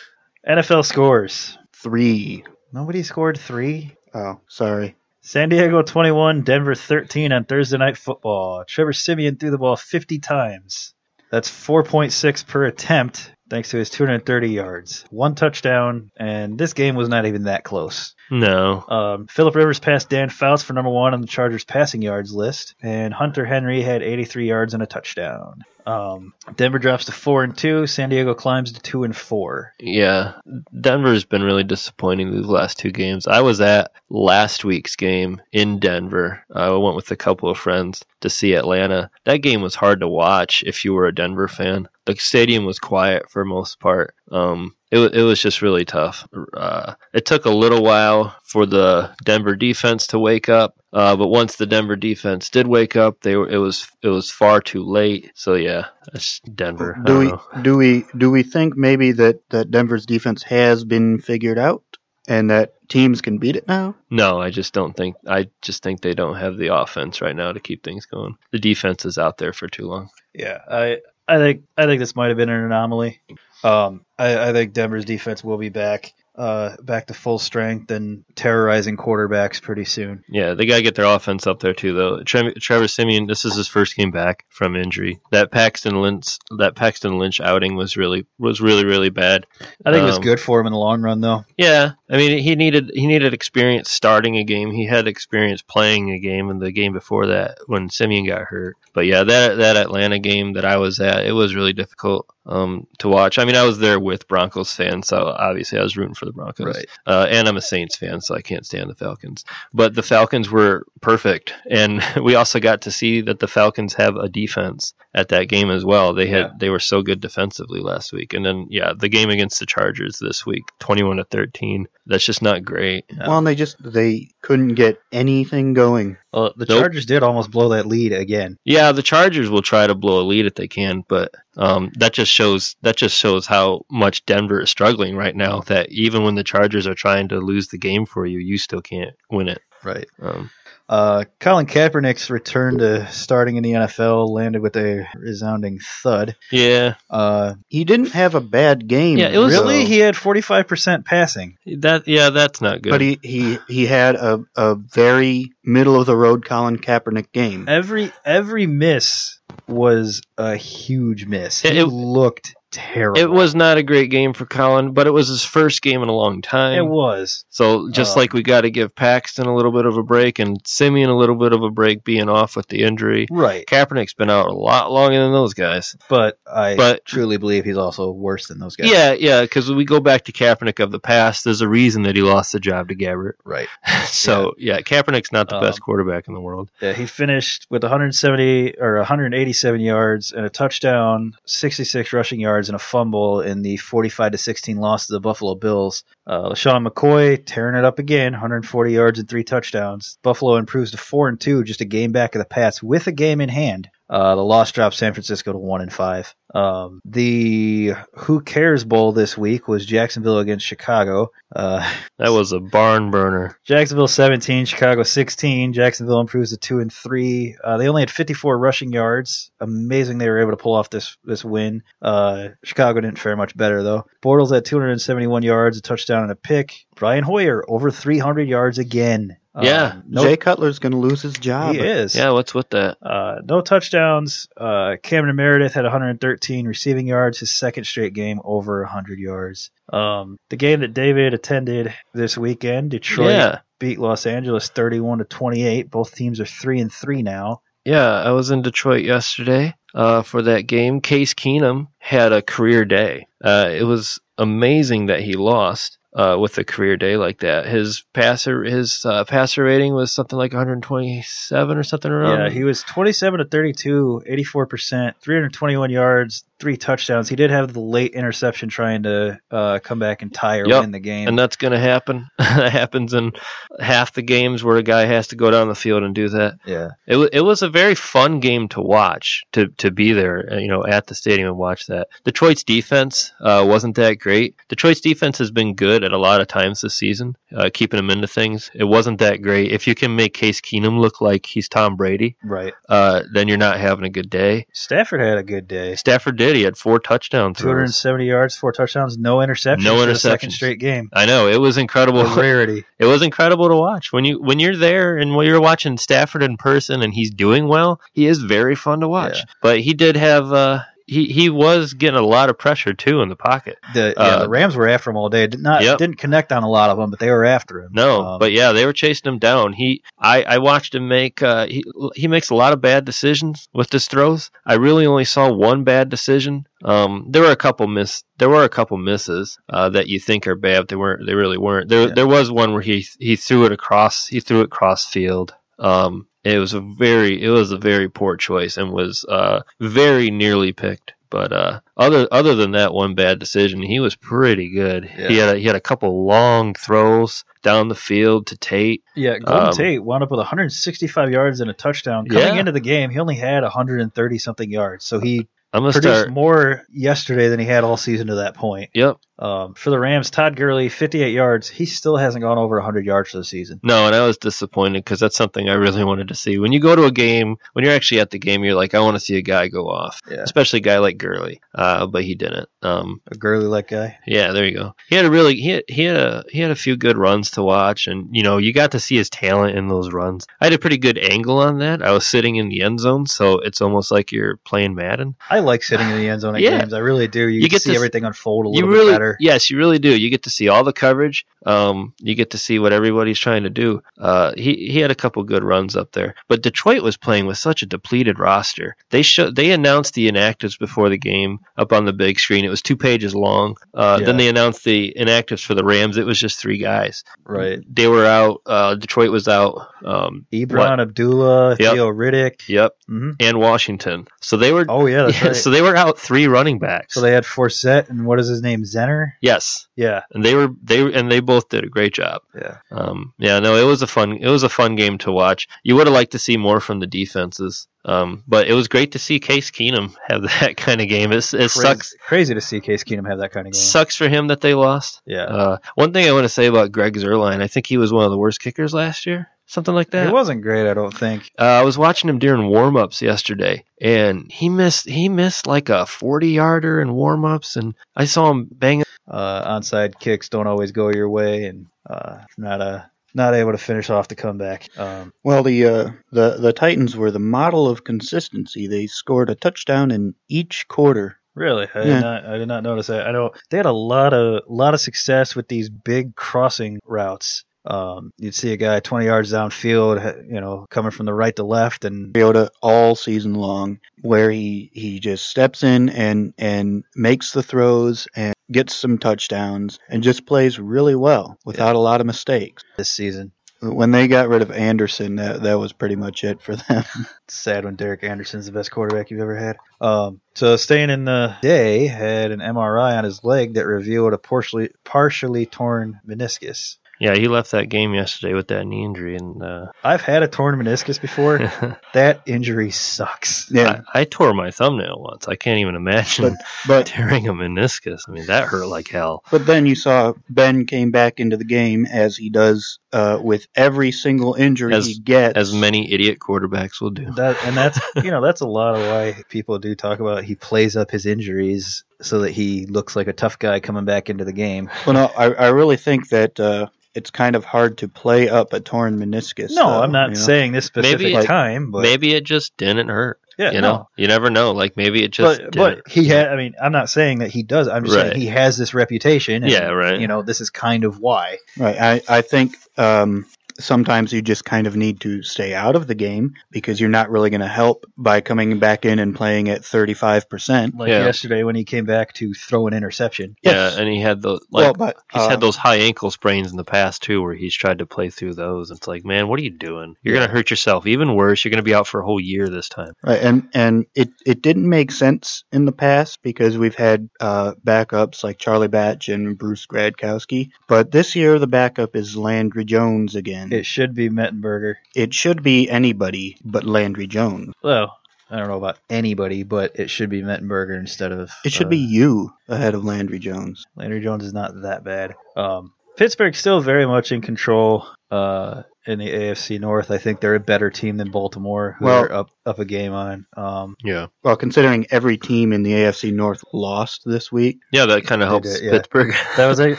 S3: NFL scores.
S2: Three.
S3: Nobody scored three.
S2: Oh, sorry.
S3: San Diego 21, Denver 13 on Thursday Night Football. Trevor Simeon threw the ball 50 times. That's 4.6 per attempt, thanks to his 230 yards, one touchdown, and this game was not even that close.
S4: No.
S3: Um, Philip Rivers passed Dan Fouts for number one on the Chargers passing yards list, and Hunter Henry had 83 yards and a touchdown. Um, Denver drops to four and two. San Diego climbs to two and four.
S4: Yeah. Denver's been really disappointing these last two games. I was at last week's game in Denver. Uh, I went with a couple of friends to see Atlanta. That game was hard to watch if you were a Denver fan. The stadium was quiet for most part. Um, it, wa- it was just really tough. Uh, it took a little while for the Denver defense to wake up, uh, but once the Denver defense did wake up, they were it was it was far too late. So yeah, it's Denver. I
S2: Do
S4: don't
S2: we
S4: know.
S2: do we do we think maybe that that Denver's defense has been figured out and that teams can beat it now?
S4: No, I just don't think. I just think they don't have the offense right now to keep things going. The defense is out there for too long.
S3: Yeah, I I think I think this might have been an anomaly. Um, I, I think Denver's defense will be back uh, back to full strength and terrorizing quarterbacks pretty soon.
S4: Yeah, they got to get their offense up there too, though. Tre- Trevor Simeon, this is his first game back from injury. That Paxton Lynch, that Paxton Lynch outing was really was really really bad.
S3: I think it was
S4: Um,
S3: good for him in the long run, though.
S4: Yeah, I mean he needed he needed experience starting a game. He had experience playing a game in the game before that when Simeon got hurt. But yeah, that that Atlanta game that I was at, it was really difficult um, to watch. I mean, I was there with Broncos fans, so obviously I was rooting for the Broncos.
S3: Right.
S4: Uh, and I'm a Saints fan, so I can't stand the Falcons. But the Falcons were perfect, and we also got to see that the Falcons have a defense at that game as well. They had
S3: Yeah.
S4: they were so good defensively last week, and then yeah, the game against the Chargers this week, 21 to 13. That's just not great.
S2: Well, and they just they couldn't get anything going.
S3: Well, the
S4: Nope.
S3: Chargers did almost blow that lead again.
S4: Yeah, the Chargers will try to blow a lead if they can, but um, that just shows that just shows how much Denver is struggling right now. That even when the Chargers are trying to lose the game for you, you still can't win it.
S3: Right.
S4: Um,
S3: Uh, Colin Kaepernick's return to starting in the NFL landed with a resounding thud.
S4: yeah,
S3: Uh,
S2: He didn't have a bad game.
S4: Yeah, it was-
S2: so-
S3: really, he had 45% passing.
S4: that yeah, that's not good.
S2: But he, he he had a, a very middle of the road Colin Kaepernick game.
S3: Every every miss was a huge miss. He
S4: It- it-
S3: looked terrible.
S4: It was not a great game for Colin, but it was his first game in a long time.
S3: It was.
S4: so just
S3: Uh,
S4: like we got to give Paxton a little bit of a break and Simeon a little bit of a break being off with the injury.
S3: Right.
S4: Kaepernick's been out a lot longer than those guys.
S3: But I
S4: But-
S3: truly believe he's also worse than those guys.
S4: Yeah, yeah, because we go back to Kaepernick of the past. There's a reason that he lost the job to Gabbert.
S3: Right.
S4: so yeah. Kaepernick's not the best
S3: Um,
S4: quarterback in the world.
S3: Yeah, he finished with 170 or 187 yards and a touchdown, 66 rushing yards and a fumble in the 45 to 16 loss to the Buffalo Bills. Uh, Sean McCoy tearing it up again, 140 yards and three touchdowns. Buffalo improves to four and two, just a game back of the Pats with a game in hand. Uh, the loss dropped San Francisco to one and five. Um, the Who Cares Bowl this week was Jacksonville against Chicago. Uh,
S4: That was a barn burner.
S3: Jacksonville 17, Chicago 16. Jacksonville improves to two and three. Uh, they only had 54 rushing yards. Amazing they were able to pull off this this win. Uh, Chicago didn't fare much better though. Bortles at 271 yards, a touchdown and a pick. Brian Hoyer over 300 yards again. Um,
S4: Yeah.
S3: no,
S2: Jay Cutler's going to lose his job.
S3: he is.
S4: Yeah, what's with that?
S3: Uh, no touchdowns. Uh, Cameron Meredith had 113 receiving yards, his second straight game over 100 yards. Um, the game that David attended this weekend, Detroit
S4: Yeah.
S3: beat Los Angeles 31 to 28. Both teams are three and three now.
S4: Yeah, I was in Detroit yesterday uh, for that game. Case Keenum had a career day. Uh, it was amazing that he lost uh, with a career day like that. His passer his uh, passer rating was something like 127 or something around.
S3: yeah, he was 27 to 32, 84 percent, 321 yards, three touchdowns. He did have the late interception trying to uh, come back and tie or
S4: Yep.
S3: win the game.
S4: And that's going to happen. that happens in half the games where a guy has to go down the field and do that.
S3: yeah,
S4: It, wa- it was a very fun game to watch, to, to be there, uh, you know, at the stadium and watch that. Detroit's defense uh, wasn't that great. Detroit's defense has been good at a lot of times this season, uh, keeping them into things. It wasn't that great. If you can make Case Keenum look like he's Tom Brady,
S3: right.
S4: uh, then you're not having a good day.
S3: Stafford had a good day.
S4: Stafford did. He had four touchdowns.
S3: Two hundred and seventy yards, four touchdowns, no interceptions.
S4: No
S3: for the Second
S4: interceptions.
S3: straight game.
S4: I know it was incredible.
S3: A rarity.
S4: it was incredible to watch when you when you're there and when you're watching Stafford in person and he's doing well. He is very fun to watch.
S3: Yeah.
S4: But he did have uh, he he was getting a lot of pressure too in the pocket.
S3: The, yeah,
S4: Uh,
S3: the Rams were after him all day. Did not
S4: Yep.
S3: didn't connect on a lot of them, but they were after him.
S4: No,
S3: Um,
S4: but yeah, they were chasing him down. He I I watched him make uh, he he makes a lot of bad decisions with his throws. I really only saw one bad decision. Um, there were a couple miss. There were a couple misses uh, that you think are bad. But they weren't. They really weren't. There,
S3: Yeah.
S4: there was one where he he threw it across. He threw it cross field. Um, it was a very it was a very poor choice and was uh, very nearly picked. But uh, other other than that one bad decision, he was pretty good. He had a, he had a couple long throws down the field to Tate.
S3: yeah, Golden
S4: um,
S3: Tate wound up with 165 yards and a touchdown. Coming
S4: Yeah.
S3: into the game, he only had 130 something yards, so he
S4: I'm gonna
S3: produced
S4: start.
S3: more yesterday than he had all season to that point.
S4: Yep.
S3: Um, for the Rams, Todd Gurley, 58 yards. He still hasn't gone over 100 yards for the season.
S4: No, and I was disappointed because that's something I really wanted to see. When you go to a game, when you're actually at the game, you're like, I want to see a guy go off,
S3: Yeah.
S4: especially a guy like Gurley. Uh, but he didn't. Um,
S3: A Gurley like guy.
S4: Yeah, there you go. He had a really he had, he had a he had a few good runs to watch, and you know you got to see his talent in those runs. I had a pretty good angle on that. I was sitting in the end zone, so it's almost like you're playing Madden.
S3: I like sitting in the end zone at
S4: Yeah.
S3: games. I really do. You,
S4: You
S3: can
S4: get
S3: see
S4: to-
S3: everything unfold a
S4: You
S3: little
S4: really,
S3: bit better.
S4: yes, you really do. You get to see all the coverage. Um, you get to see what everybody's trying to do. Uh, he he had a couple good runs up there, but Detroit was playing with such a depleted roster. They show they announced the inactives before the game up on the big screen. It was two pages long. Uh,
S3: Yeah.
S4: Then they announced the inactives for the Rams. It was just three guys.
S3: Right.
S4: they were out. Uh, Detroit was out. Um,
S3: Ebron,
S4: What?
S3: Abdullah,
S4: Yep.
S3: Theo Riddick.
S4: yep,
S3: hmm
S4: and Washington. So they were.
S3: Oh, yeah, that's
S4: Yeah,
S3: right.
S4: So they were out three running backs.
S3: So they had Forsett and what is his name? Zenner?
S4: yes,
S3: Yeah.
S4: and they were they and they both did a great job.
S3: Yeah.
S4: Um, yeah, no, it was a fun it was a fun game to watch. You would have liked to see more from the defenses. Um, but it was great to see Case Keenum have that kind of game. It, it sucks
S3: Crazy to see Case Keenum have that kind of game.
S4: sucks for him that they lost.
S3: yeah.
S4: Uh, one thing I want to say about Greg Zerline, I think he was one of the worst kickers last year, something like that.
S3: it wasn't great, I don't think.
S4: Uh, I was watching him during warm-ups yesterday, and he missed he missed like a forty yarder in warm-ups, and I saw him bang.
S3: Uh, onside kicks don't always go your way, and uh, not a not able to finish off the comeback. Um,
S2: Well, the uh, the the Titans were the model of consistency. They scored a touchdown in each quarter.
S3: Really, I
S2: Yeah.
S3: did not. I did not notice that. I know they had a lot of lot of success with these big crossing routes. Um, you'd see a guy 20 yards downfield, ha- you know, coming from the right to left, and
S2: Mariota all season long, where he he just steps in and and makes the throws and gets some touchdowns and just plays really well without a lot of mistakes.
S3: this season,
S2: When they got rid of Anderson, that that was pretty much it for them.
S3: it's sad when Derek Anderson's the best quarterback you've ever had. Um, so staying in the day, had an MRI on his leg that revealed a partially partially torn meniscus.
S4: Yeah, he left that game yesterday with that knee injury, and uh,
S3: I've had a torn meniscus before.
S4: I,
S3: that injury sucks.
S2: yeah,
S4: I tore my thumbnail once. I can't even imagine
S2: but
S4: tearing a meniscus. I mean, that hurt like hell.
S2: But then you saw Ben came back into the game as he does uh, with every single injury
S4: As-
S2: he gets.
S4: As many idiot quarterbacks will do.
S3: That and that's you know that's a lot of why people do talk about he plays up his injuries so that he looks like a tough guy coming back into the game.
S2: Well, no, I, I really think that uh, it's kind of hard to play up a torn meniscus.
S3: No,
S2: though,
S3: I'm not
S2: uh, you know?
S3: saying this specific
S4: Maybe it-
S3: time, but
S4: maybe it just didn't hurt.
S3: yeah,
S4: you
S3: no.
S4: know, you never know. Like maybe it just
S3: but
S4: didn't.
S3: but he had. I mean, I'm not saying that he does. I'm just
S4: Right.
S3: saying he has this reputation. And,
S4: Yeah, right.
S3: You know, this is kind of why.
S2: Right. I, I think um, sometimes you just kind of need to stay out of the game because you're not really going to help by coming back in and playing at 35%.
S3: Like
S4: Yeah.
S3: yesterday when he came back to throw an interception.
S4: Yeah, and he had the like
S2: well, but
S4: he's
S2: uh,
S4: had those high ankle sprains in the past too, where he's tried to play through those. It's like, man, what are you doing? You're gonna hurt yourself. Even worse, you're gonna be out for a whole year this time.
S2: Right, and and it, it didn't make sense in the past because we've had uh, backups like Charlie Batch and Bruce Gradkowski, but this year the backup is Landry Jones again.
S3: It should be Mettenberger.
S2: It should be anybody but Landry Jones.
S3: Well, I don't know about anybody, but it should be Mettenberger instead of.
S2: It should
S3: uh,
S2: be you ahead of Landry Jones.
S3: Landry Jones is not that bad. Um, Pittsburgh's still very much in control uh, in the AFC North. I think they're a better team than Baltimore, who
S2: Well-
S3: are up up a game on. Um,
S4: Yeah,
S2: Well, considering every team in the AFC North lost this week,
S4: yeah, that kind of helps
S3: did, yeah.
S4: Pittsburgh.
S3: that was a,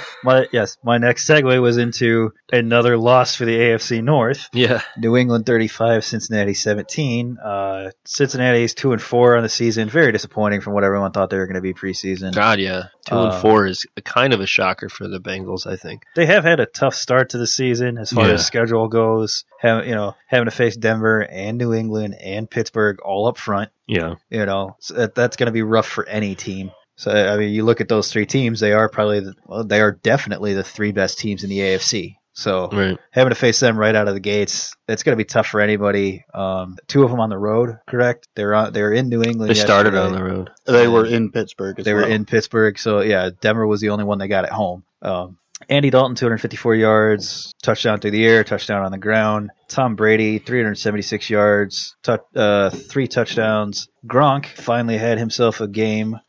S3: my yes. My next segue was into another loss for the AFC North.
S4: yeah,
S3: New England 35, Cincinnati 17. Uh, Cincinnati is two and four on the season. Very disappointing from what everyone thought they were going to be preseason.
S4: God, yeah, two
S3: Uh,
S4: and four is kind of a shocker for the Bengals. I think.
S3: they have had a tough start to the season as far
S4: Yeah.
S3: as schedule goes. Have, you know, having to face Denver and New England and Pittsburgh all up front.
S4: Yeah,
S3: You know, so that, that's going to be rough for any team. So I mean, you look at those three teams; they are probably, the, well, they are definitely the three best teams in the AFC. So
S4: right.
S3: having to face them right out of the gates, it's going to be tough for anybody. Um, two of them on the road, correct? They're on, they're in New England.
S4: They started
S3: yesterday.
S4: on the road.
S2: they were in Pittsburgh. As
S3: They were
S2: well.
S3: in Pittsburgh, so yeah, Denver was the only one they got at home. Um, Andy Dalton, 254 yards, touchdown through the air, touchdown on the ground. Tom Brady, 376 yards, tou- uh, three touchdowns. Gronk finally had himself a game,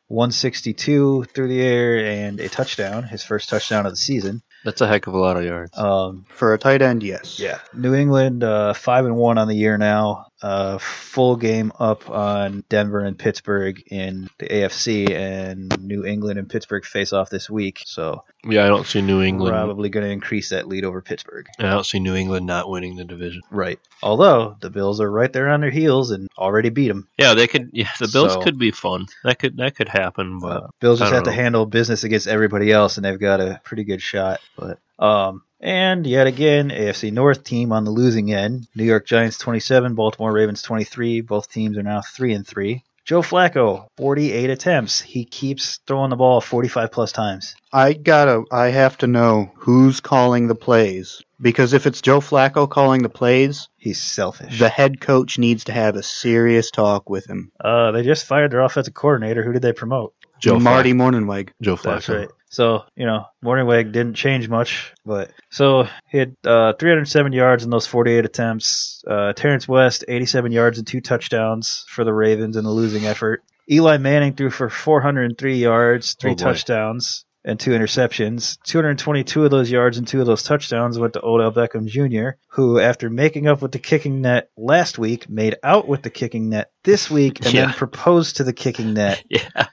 S3: 162 through the air and a touchdown, his first touchdown of the season.
S4: That's a heck of a lot of yards.
S3: Um,
S2: for a tight end. Yes.
S3: yeah, New England uh, five and one on the year now. Uh, full game up on Denver and Pittsburgh in the AFC, and New England and Pittsburgh face off this week. So
S4: yeah, I don't see New England.
S3: probably going to increase that lead over Pittsburgh.
S4: I don't see New England not winning the division.
S3: Right. Although the Bills are right there on their heels and already beat them.
S4: Yeah, they could. Yeah, the Bills
S3: So-
S4: could be fun. That could that could happen. But
S3: Uh, Bills just
S4: I
S3: have
S4: don't
S3: to
S4: know.
S3: handle business against everybody else, and they've got a pretty good shot. But um, and yet again, AFC North team on the losing end. New York Giants 27, Baltimore Ravens 23. Both teams are now three and three. Joe Flacco 48 attempts. He keeps throwing the ball 45 plus times.
S2: I gotta. I have to know who's calling the plays because if it's Joe Flacco calling the plays,
S3: He's selfish.
S2: the head coach needs to have a serious talk with him.
S3: Uh, they just fired their offensive coordinator. Who did they promote?
S4: Joe
S2: Marty Morningweg.
S4: Joe
S3: That's
S4: Flacco.
S3: right. So, you know, Morningweg didn't change much, but so he had uh, 307 yards in those 48 attempts. Uh, Terrence West, 87 yards and two touchdowns for the Ravens in the losing effort. Eli Manning threw for 403 yards, three
S4: Oh, boy.
S3: touchdowns, and two interceptions. 222 of those yards and two of those touchdowns went to Odell Beckham Jr., who, after making up with the kicking net last week, made out with the kicking net this week and
S4: Yeah.
S3: then proposed to the kicking net
S4: Yeah,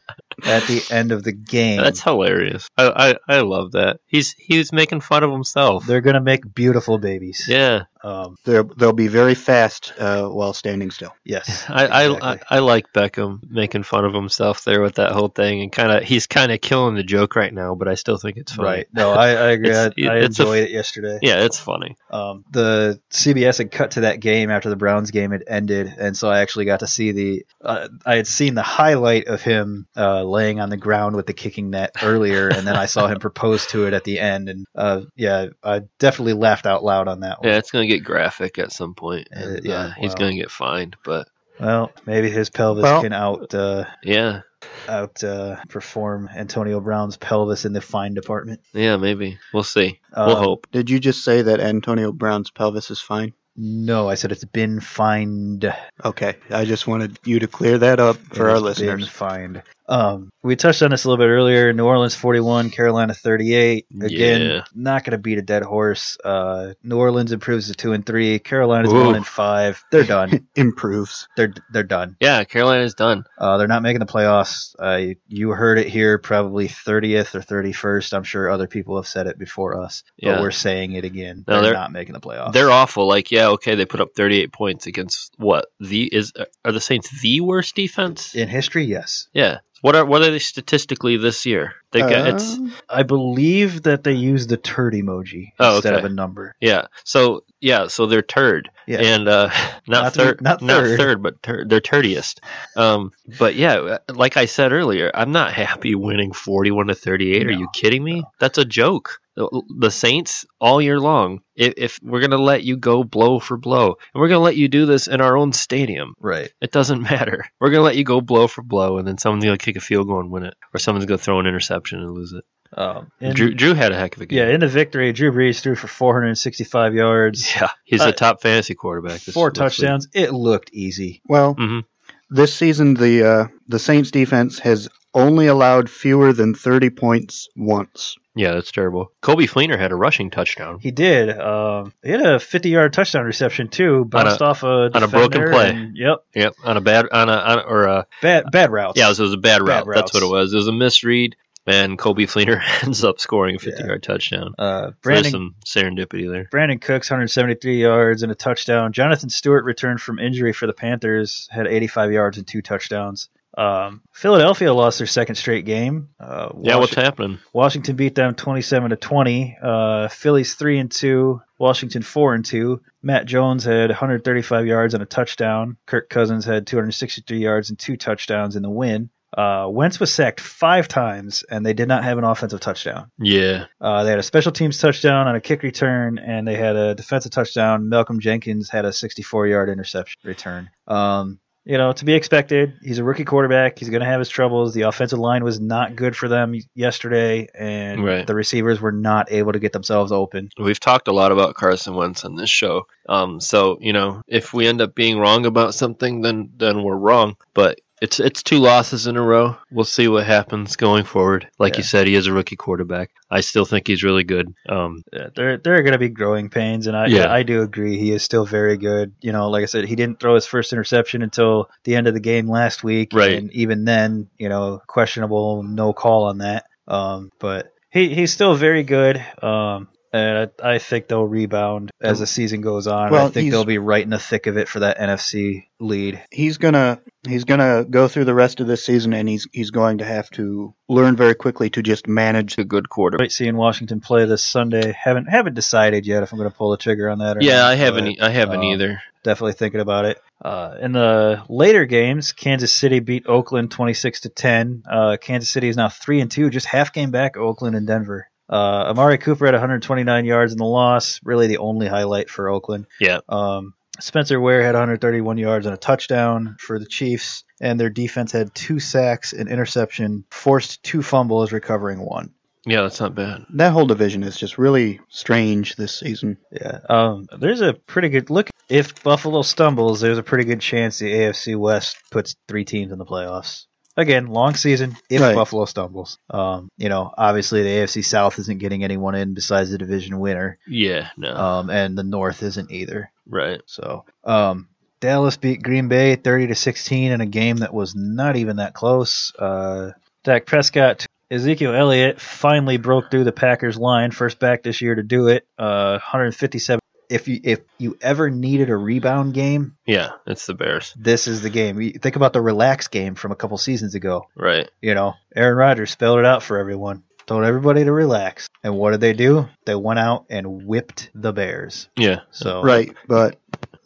S3: at the end of the game.
S4: that's hilarious. I, I I love that. He's he's making fun of himself.
S3: They're gonna make beautiful babies.
S4: Yeah,
S3: Um,
S2: They'll they'll be very fast uh, while standing still.
S3: yes.
S4: I, I- I
S3: exactly.
S4: I like Beckham making fun of himself there with that whole thing, and kind of he's kind of killing the joke right now. But I still think it's funny.
S3: right. No, I, I agree. I,
S4: It's-
S3: I
S4: it's a-
S3: enjoyed it yesterday.
S4: Yeah, it's funny.
S3: Um, the CBS had cut to that game after the Browns game had ended, and so I actually got to see the. Uh, I had seen the highlight of him uh, laying on the ground with the kicking net earlier, and then I saw him propose to it at the end, and uh, yeah, I definitely laughed out loud on that one.
S4: Yeah, it's gonna get graphic at some point.
S3: Uh,
S4: and,
S3: yeah,
S4: uh, he's
S3: wow.
S4: gonna get fined, but
S3: Well, maybe his pelvis
S2: Well-
S3: can out uh,
S4: yeah,
S3: out uh, perform Antonio Brown's pelvis in the fine department.
S4: yeah, maybe we'll see.
S3: Um,
S4: we'll hope.
S2: Did you just say that Antonio Brown's pelvis is fine?
S3: No, I said it's been fined.
S2: Okay, I just wanted you to clear that up for
S3: It's
S2: our
S3: been
S2: listeners.
S3: fined. Um, we touched on this a little bit earlier. New Orleans 41, Carolina 38. Again,
S4: Yeah.
S3: not going to beat a dead horse. Uh, New Orleans improves to two and three. Carolina's
S4: Whoa.
S3: one and five. They're done.
S2: Improves.
S3: they're they're done.
S4: Yeah, Carolina's done.
S3: Uh, they're not making the playoffs. Uh, you heard it here, probably 30th or 31st. I'm sure other people have said it before us,
S4: Yeah.
S3: but we're saying it again.
S4: No,
S3: they're,
S4: they're-
S3: not making the playoffs.
S4: They're awful. Like, yeah, okay, they put up 38 points against what the is are the Saints the worst defense?
S3: in history, yes.
S4: Yeah, it's What are what are they statistically this year? They got it's
S2: Uh,
S3: I believe that they use the turd emoji
S4: Oh,
S3: instead
S4: okay.
S3: of a number.
S4: yeah. So yeah, so they're turd.
S3: Yeah.
S4: And uh not,
S3: Not
S4: third
S3: thir- not third.
S4: but tur- they're turdiest. Um but yeah, like I said earlier, I'm not happy winning 41 to 38. Are
S3: No,
S4: you kidding me? That's a joke. The the Saints all year long. If, if we're going to let you go blow for blow, and we're going to let you do this in our own stadium,
S3: Right.
S4: It doesn't matter. We're gonna let you go blow for blow, and then someone's gonna kick a field goal and win it, or someone's gonna throw an interception and lose it.
S3: Um, and-
S4: Drew, Drew had a heck of a game.
S3: yeah, in the victory, Drew Brees threw for 465 yards,
S4: Yeah, he's
S3: Uh,
S4: the top fantasy quarterback. This
S3: four
S4: this week.
S3: touchdowns. It looked easy.
S2: well,
S4: Mhm.
S2: this season the uh, the Saints defense has only allowed fewer than thirty points once.
S4: Yeah, that's terrible. Kobe Fleener had a rushing touchdown
S3: He did. Um, he had a 50 yard touchdown reception, too. Bounced off a
S4: a broken
S3: defender
S4: play.
S3: and- yep.
S4: Yep, on a bad on a on, a- or a
S3: Bad, bad routes.
S4: yeah, it was, it was a bad route.
S3: routes.
S4: That's what it was. It was a misread, and Kobe Fleener ends up scoring a
S3: Yeah.
S4: fifty-yard touchdown.
S3: Uh,
S4: So There's
S3: Brandon
S4: some serendipity there.
S3: Brandon Cooks, 173 yards and a touchdown. Jonathan Stewart returned from injury for the Panthers, had 85 yards and two touchdowns. Um, Philadelphia lost their second straight game. Uh,
S4: Yeah, what's
S3: Washi-
S4: happening?
S3: Washington beat them 27 to 20. Uh, Phillies three and two. Washington four and two. Matt Jones had 135 yards and a touchdown. Kirk Cousins had 263 yards and two touchdowns in the win. Uh, Wentz was sacked five times, and they did not have an offensive touchdown.
S4: Yeah,
S3: Uh, they had a special teams touchdown on a kick return, and they had a defensive touchdown. Malcolm Jenkins had a 64-yard interception return. Um, you know, to be expected. He's a rookie quarterback. He's going to have his troubles. The offensive line was not good for them yesterday, and
S4: Right.
S3: the receivers were not able to get themselves open.
S4: we've talked a lot about Carson Wentz on this show. Um, so you know, if we end up being wrong about something, then then we're wrong. But it's it's two losses in a row. We'll see what happens going forward. Like you
S3: Yeah.
S4: said, he is a rookie quarterback. I still think he's really good. Um,
S3: Uh, There, there are going to be growing pains, and I,
S4: Yeah.
S3: I do agree. He is still very good. You know, like I said, he didn't throw his first interception until the end of the game last week,
S4: Right.
S3: And even then, you know, questionable, no call on that. Um, but he, he's still very good. Um, and I, I think they'll rebound as the season goes on.
S2: Well,
S3: I think
S2: he's-
S3: they'll be right in the thick of it for that NFC lead.
S2: he's gonna he's gonna go through the rest of this season and he's he's going to have to learn very quickly to just manage
S4: a good quarterback.
S3: Right, seeing Washington play this Sunday. Haven't haven't decided yet if I'm going to pull the trigger on that. Or
S4: Yeah,
S3: not,
S4: I haven't.
S3: but-
S4: e- I haven't
S3: um,
S4: either.
S3: definitely thinking about it. Uh, in the later games, Kansas City beat Oakland twenty six to ten. Uh, Kansas City is now three and two, just half game back. of Oakland and Denver. Uh, Amari Cooper had 129 yards in the loss, really the only highlight for Oakland.
S4: Yeah.
S3: Um, Spencer Ware had 131 yards and a touchdown for the Chiefs, and their defense had two sacks, an interception, forced two fumbles, recovering one.
S4: Yeah, that's not bad.
S2: that whole division is just really strange this season.
S3: Yeah. Um, there's a pretty good look. If Buffalo stumbles, there's a pretty good chance the AFC West puts three teams in the playoffs. Again, long season. If
S2: Right.
S3: Buffalo stumbles, um, you know, obviously the AFC South isn't getting anyone in besides the division winner,
S4: Yeah, no,
S3: um, and the North isn't either.
S4: right.
S3: So, um, Dallas beat Green Bay 30 to 16 in a game that was not even that close. Uh, Dak Prescott, Ezekiel Elliott finally broke through the Packers line, first back this year to do it. Uh, 157. If you if you ever needed a rebound game,
S4: Yeah, it's the Bears.
S3: this is the game. You Think about the relaxed game from a couple seasons ago.
S4: Right.
S3: You know, Aaron Rodgers spelled it out for everyone. Told everybody to relax. And what did they do? They went out and whipped the Bears.
S4: Yeah.
S3: So
S2: Right, but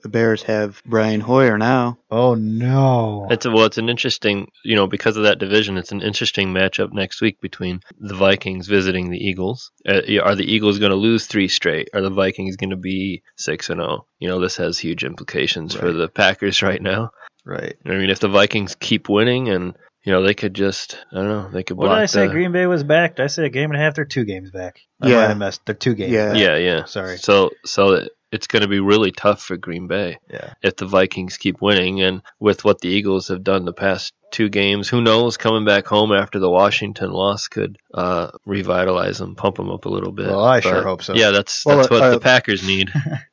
S2: the Bears have Brian Hoyer now.
S3: Oh no.
S4: It's a, well, it's an interesting, you know, because of that division, it's an interesting matchup next week between the Vikings visiting the Eagles. Uh, yeah, are the Eagles going to lose three straight? Are the Vikings going to be six and zero? You know, this has huge implications for
S3: Right.
S4: the Packers right now.
S3: Right.
S4: I mean, if the Vikings keep winning, and you know, they could just, I don't know, they could
S3: What
S4: block.
S3: did I say?
S4: the-
S3: Green Bay was back. Did I say a game and a half? They're two games back. I
S2: Yeah.
S3: might have messed. They're two games.
S2: Yeah.
S3: back.
S4: Yeah, yeah.
S3: Sorry.
S4: So, so it's going to be really tough for Green Bay.
S3: Yeah.
S4: if the Vikings keep winning and with what the Eagles have done the past two games, who knows coming back home after the Washington loss could uh, revitalize them, pump them up a little bit.
S3: Well, I sure hope so.
S4: Yeah, that's
S2: Well,
S4: that's what
S2: uh,
S4: the Packers need.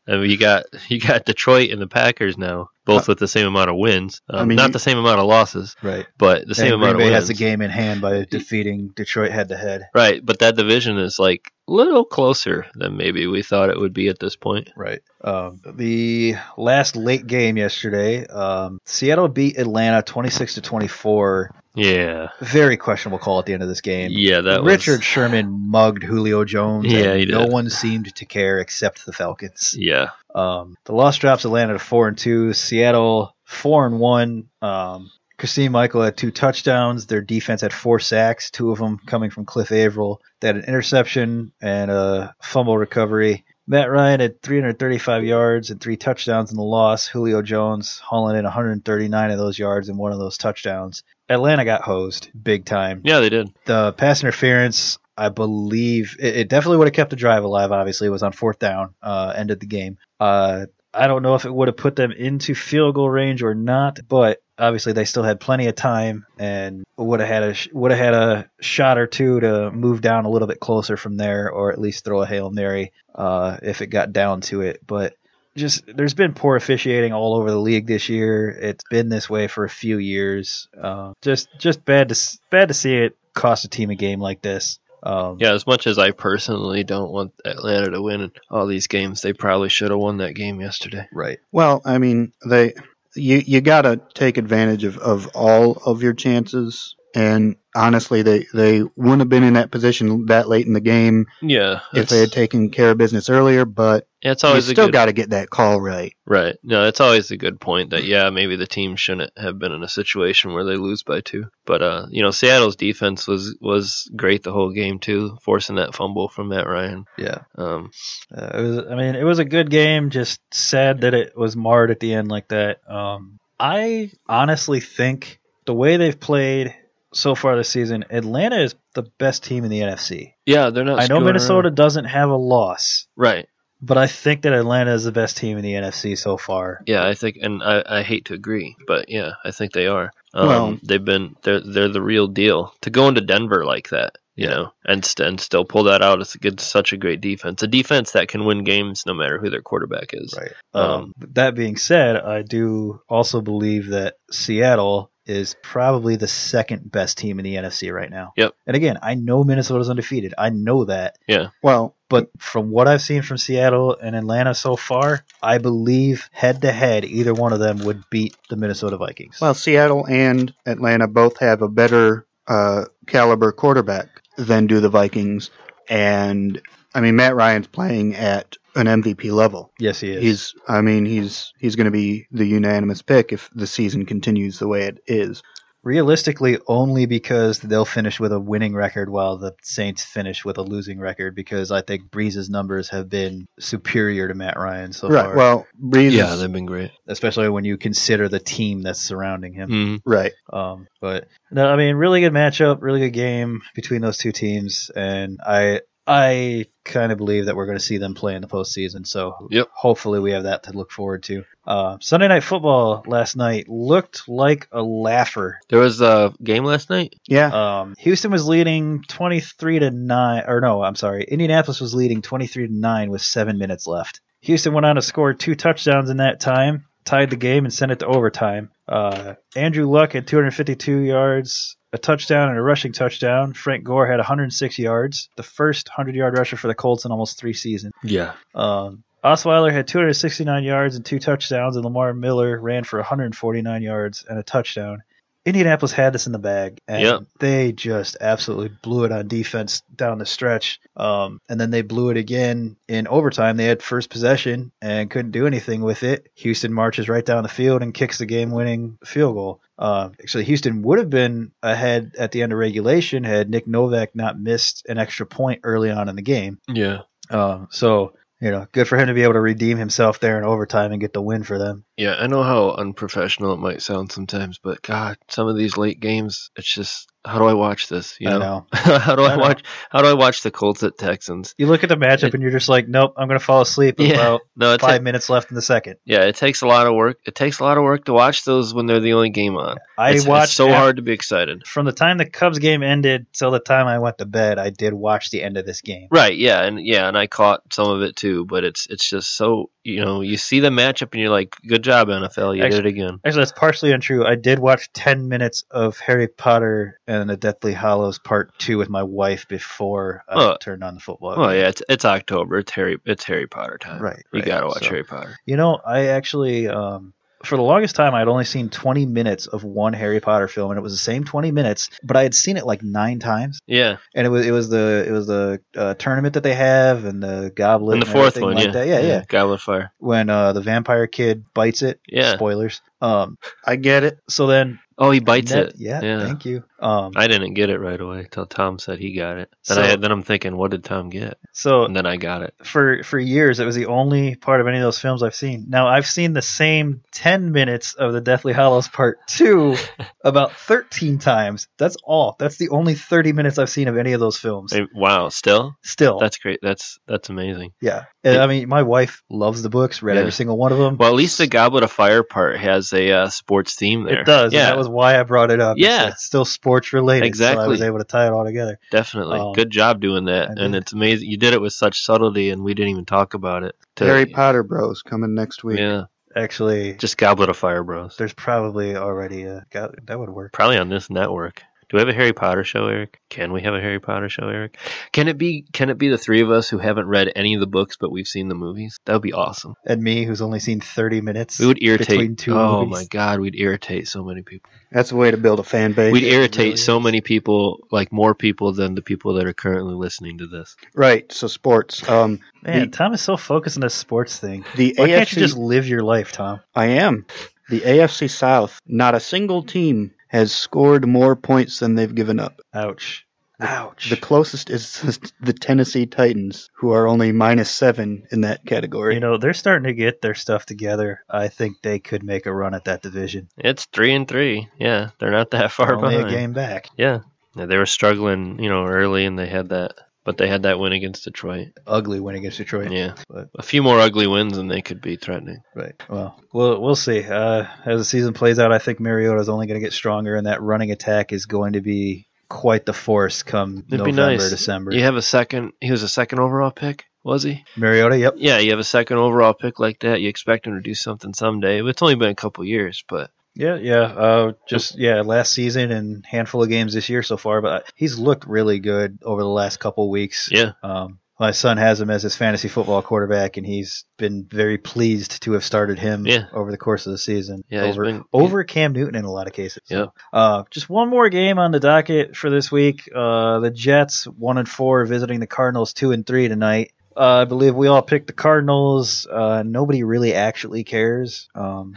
S4: I mean, you got you got Detroit and the Packers now,
S3: Uh,
S4: both with the same amount of wins. Um,
S2: mean,
S4: not
S2: you-
S4: the same amount of losses,
S3: Right.
S4: but the same
S3: and Green
S4: amount
S3: Bay
S4: of wins.
S3: has the game in hand by defeating Detroit head to head.
S4: Right, but that division is like little closer than maybe we thought it would be at this point.
S3: Right. Um, the last late game yesterday, um, Seattle beat Atlanta 26 to 24.
S4: Yeah.
S3: Very questionable call at the end of this game.
S4: Yeah, that
S3: Richard
S4: was.
S3: Sherman mugged Julio Jones.
S4: Yeah,
S3: and
S4: he
S3: no
S4: did.
S3: one seemed to care except the Falcons.
S4: Yeah.
S3: Um, the loss drops Atlanta to four and two. Seattle four and one. Um, Christine Michael had two touchdowns. Their defense had four sacks, two of them coming from Cliff Averill. They had an interception and a fumble recovery. Matt Ryan had 335 yards and three touchdowns in the loss. Julio Jones hauling in 139 of those yards and one of those touchdowns. Atlanta got hosed big time
S4: Yeah, they did.
S3: the pass interference, I believe it, it definitely would have kept the drive alive. Obviously, it was on fourth down, uh, ended the game. Uh, I don't know if it would have put them into field goal range or not, but obviously they still had plenty of time and would have had a sh- would have had a shot or two to move down a little bit closer from there, or at least throw a hail mary uh, if it got down to it. But just there's been poor officiating all over the league this year. It's been this way for a few years. Uh, just just bad to s- bad to see it cost a team a game like this. Um,
S4: Yeah, as much as I personally don't want Atlanta to win all these games, they probably should have won that game yesterday.
S3: right.
S2: Well, I mean, they you you gotta take advantage of, of all of your chances. And honestly, they they wouldn't have been in that position that late in the game
S4: Yeah,
S2: if they had taken care of business earlier. But
S4: it's
S2: you
S4: always a
S2: still
S4: good
S2: got to get that call right.
S4: right. No, it's always a good point that yeah, maybe the team shouldn't have been in a situation where they lose by two. But uh, you know, Seattle's defense was was great the whole game too, forcing that fumble from Matt Ryan.
S3: Yeah.
S4: Um,
S3: Uh, it was. I mean, it was a good game. Just sad that it was marred at the end like that. Um, I honestly think the way they've played so far this season, Atlanta is the best team in the NFC.
S4: yeah, they're not.
S3: I know
S4: screwing
S3: Minnesota
S4: around.
S3: doesn't have a loss,
S4: Right.
S3: but I think that Atlanta is the best team in the NFC so far.
S4: Yeah, I think, and I, I hate to agree, but yeah, I think they are. Um,
S2: Well-
S4: they've been they're they're the real deal. To go into Denver like that, you know, and st- and still pull that out, it's, it's such a great defense, a defense that can win games no matter who their quarterback is.
S3: Right. Um, that being said, I do also believe that Seattle is probably the second best team in the NFC right now.
S4: Yep.
S3: And again, I know Minnesota's undefeated. I know that.
S2: Well,
S3: But from what I've seen from Seattle and Atlanta so far, I believe head to head, either one of them would beat the Minnesota Vikings.
S2: well, Seattle and Atlanta both have a better uh, caliber quarterback than do the Vikings, and I mean Matt Ryan's playing at an MVP level.
S3: yes, he is.
S2: He's, I mean, he's he's going to be the unanimous pick if the season continues the way it is.
S3: Realistically, only because they'll finish with a winning record while the Saints finish with a losing record. Because I think Breeze's numbers have been superior to Matt Ryan so
S2: right.
S3: far,
S2: Well, Breeze.
S4: Yeah,
S2: is-
S4: they've been great.
S3: especially when you consider the team that's surrounding him.
S4: Mm.
S2: right.
S3: Um, but no, I mean, really good matchup, really good game between those two teams, and I I kind of believe that we're going to see them play in the postseason. So
S4: Yep.
S3: hopefully we have that to look forward to. Uh, Sunday night football last night looked like a laugher.
S4: There was a game last night.
S2: Yeah.
S3: Um, Houston was leading 23 to 9 or no, I'm sorry. Indianapolis was leading 23 to 9 with 7 minutes left. Houston went on to score two touchdowns in that time, tied the game and sent it to overtime. Uh, Andrew Luck had 252 yards, a touchdown and a rushing touchdown. Frank Gore had 106 yards, the first 100-yard rusher for the Colts in almost 3 seasons.
S4: Yeah,
S3: Um, Osweiler had 269 yards and two touchdowns, and Lamar Miller ran for 149 yards and a touchdown. Indianapolis had this in the bag, and
S4: Yep.
S3: they just absolutely blew it on defense down the stretch. Um, and then they blew it again in overtime. They had first possession and couldn't do anything with it. Houston marches right down the field and kicks the game-winning field goal. Uh, actually, Houston would have been ahead at the end of regulation had Nick Novak not missed an extra point early on in the game.
S4: yeah,
S3: Um, so you know, good for him to be able to redeem himself there in overtime and get the win for them.
S4: yeah. I know how unprofessional it might sound sometimes, but God, some of these late games, it's just how do I watch this? You
S3: I
S4: know,
S3: know.
S4: how do
S3: I
S4: I,
S3: know.
S4: watch? How do I watch the Colts at Texans?
S3: You look at the matchup and you're just like, nope, I'm going to fall asleep with
S4: Yeah.
S3: about
S4: No, it's
S3: five minutes left in the second.
S4: Yeah, it takes a lot of work. It takes a lot of work to watch those when they're the only game on.
S3: I
S4: it's, it's
S3: watched
S4: so
S3: af-
S4: hard to be excited.
S3: from the time the Cubs game ended till the time I went to bed. I did watch the end of this game.
S4: Right, yeah, and yeah, and I caught some of it too, but it's it's just so you know you see the matchup and you're like, good job NFL, you did
S3: Actually-
S4: it again.
S3: Actually, that's partially untrue. I did watch 10 minutes of Harry Potter and the Deathly Hollows Part 2 with my wife before I
S4: Oh.
S3: turned on the football.
S4: Oh
S3: game.
S4: yeah, it's it's October. It's Harry it's Harry Potter time.
S3: Right,
S4: You
S3: right.
S4: gotta watch
S3: So-
S4: Harry Potter.
S3: You know, I actually, um, for the longest time, I had only seen 20 minutes of one Harry Potter film, and it was the same 20 minutes, but I had seen it like nine times.
S4: Yeah.
S3: And it was it was the it was the uh, tournament that they have, and the goblet,
S4: And the fourth
S3: everything
S4: one,
S3: like
S4: yeah.
S3: that. yeah, yeah.
S4: Goblet of Fire.
S3: When uh, the vampire kid bites it,
S4: Yeah.
S3: Spoilers. Um,
S2: I get it.
S3: so then
S4: Oh, he bites
S3: Net-
S4: it.
S3: Yeah,
S4: Yeah.
S3: thank you. Um,
S4: I didn't get it right away till Tom said he got it. Then
S3: So-
S4: I then I'm thinking, what did Tom get?
S3: so
S4: And then I got it.
S3: for for years it was the only part of any of those films I've seen. Now I've seen the same 10 minutes of the Deathly Hollows part 2 about 13 times. That's all. That's the only 30 minutes I've seen of any of those films.
S4: Hey, wow, still?
S3: Still.
S4: That's great. That's that's amazing.
S3: yeah. And, I mean my wife loves the books, read
S4: Yeah.
S3: every single one of them.
S4: Well, at least the Goblet of Fire part has a uh, sports theme there.
S3: it does. and
S4: Yeah,
S3: that was why I brought it up.
S4: Yeah.
S3: It's still sports related. So I
S4: Exactly.
S3: was able to tie it all together.
S4: definitely.
S3: um,
S4: Good job doing that.
S3: I
S4: And
S3: did.
S4: it's amazing. You did it with such subtlety, and we didn't even talk about it. To-
S2: Harry Potter Bros coming next week.
S4: Yeah,
S3: Actually,
S4: just Goblet of Fire, bros.
S3: there's probably already a God, that would work.
S4: Probably on this network. Do we have a Harry Potter show, Eric? Can we have a Harry Potter show, Eric? Can it be? Can it be the three of us who haven't read any of the books but we've seen the movies? That would be awesome.
S3: And me who's only seen 30 minutes.
S4: We would irritate.
S3: between two
S4: oh
S3: movies.
S4: my god, we'd irritate so many people.
S2: That's a way to build a fan base.
S4: We'd irritate
S3: really
S4: so many people, like more people than the people that are currently listening to this.
S2: Right. So sports. Um,
S3: Man,
S2: the,
S3: Tom is so focused on this sports thing.
S2: the
S3: Why
S2: AFC.
S3: can't you just live your life, Tom?
S2: I am. The AFC South. Not a single team has scored more points than they've given up.
S3: Ouch. Ouch.
S2: The closest is the Tennessee Titans, who are only minus seven in that category.
S3: you know, they're starting to get their stuff together. I think they could make a run at that division.
S4: It's three and three. Yeah, they're not that far
S3: Only
S4: behind.
S3: a game back.
S4: Yeah. Yeah, they were struggling, you know, early, and they had that, but they had that win against Detroit.
S3: Ugly win against Detroit.
S4: Yeah,
S3: But-
S4: a few more ugly wins, and they could be threatening.
S3: Right. Well, we'll we'll see. Uh, as the season plays out, I think Mariota is only going to get stronger, and that running attack is going to be quite the force come
S4: It'd
S3: November,
S4: be nice.
S3: December.
S4: You have a second. He was a second overall pick, was he?
S3: Mariota. Yep.
S4: Yeah, you have a second overall pick like that. You expect him to do something someday. It's only been a couple years, but
S3: Yeah, yeah. Uh, just yeah, last season and handful of games this year so far, but uh, he's looked really good over the last couple weeks.
S4: yeah,
S3: Um, my son has him as his fantasy football quarterback, and he's been very pleased to have started him
S4: Yeah.
S3: over the course of the season.
S4: Yeah, he's
S3: over
S4: been-
S3: over Cam Newton in a lot of cases.
S4: Yeah.
S3: Uh, just one more game on the docket for this week. Uh, the Jets one and four visiting the Cardinals two and three tonight. Uh, I believe we all picked the Cardinals. Uh, nobody really actually cares. Um,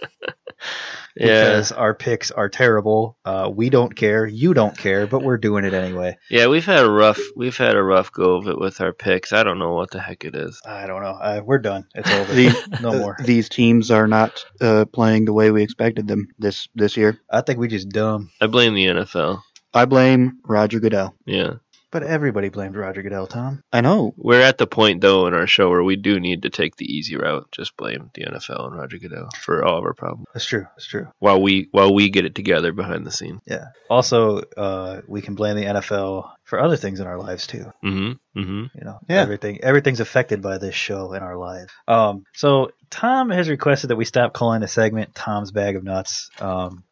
S4: yeah.
S3: because our picks are terrible. Uh, we don't care. You don't care, but we're doing it anyway.
S4: Yeah, we've had a rough we've had a rough go of it with our picks. I don't know what the heck it is.
S3: I don't know. Uh, we're done. It's over.
S2: The-
S3: no
S2: Uh,
S3: more.
S2: These teams are not uh, playing the way we expected them this this year.
S3: I think we just dumb.
S4: I blame the NFL.
S2: I blame Roger Goodell.
S4: Yeah,
S3: But everybody blamed Roger Goodell, Tom.
S2: I know.
S4: we're at the point though in our show where we do need to take the easy route. Just blame the NFL and Roger Goodell for all of our problems
S3: That's true. That's true.
S4: while we while we get it together behind the scenes.
S3: Yeah. Also, uh, we can blame the NFL for other things in our lives too.
S4: Mm-hmm. Mm-hmm.
S3: You know,
S2: Yeah.
S3: everything everything's affected by this show in our lives. Um, so Tom has requested that we stop calling the segment Tom's Bag of Nuts. Um,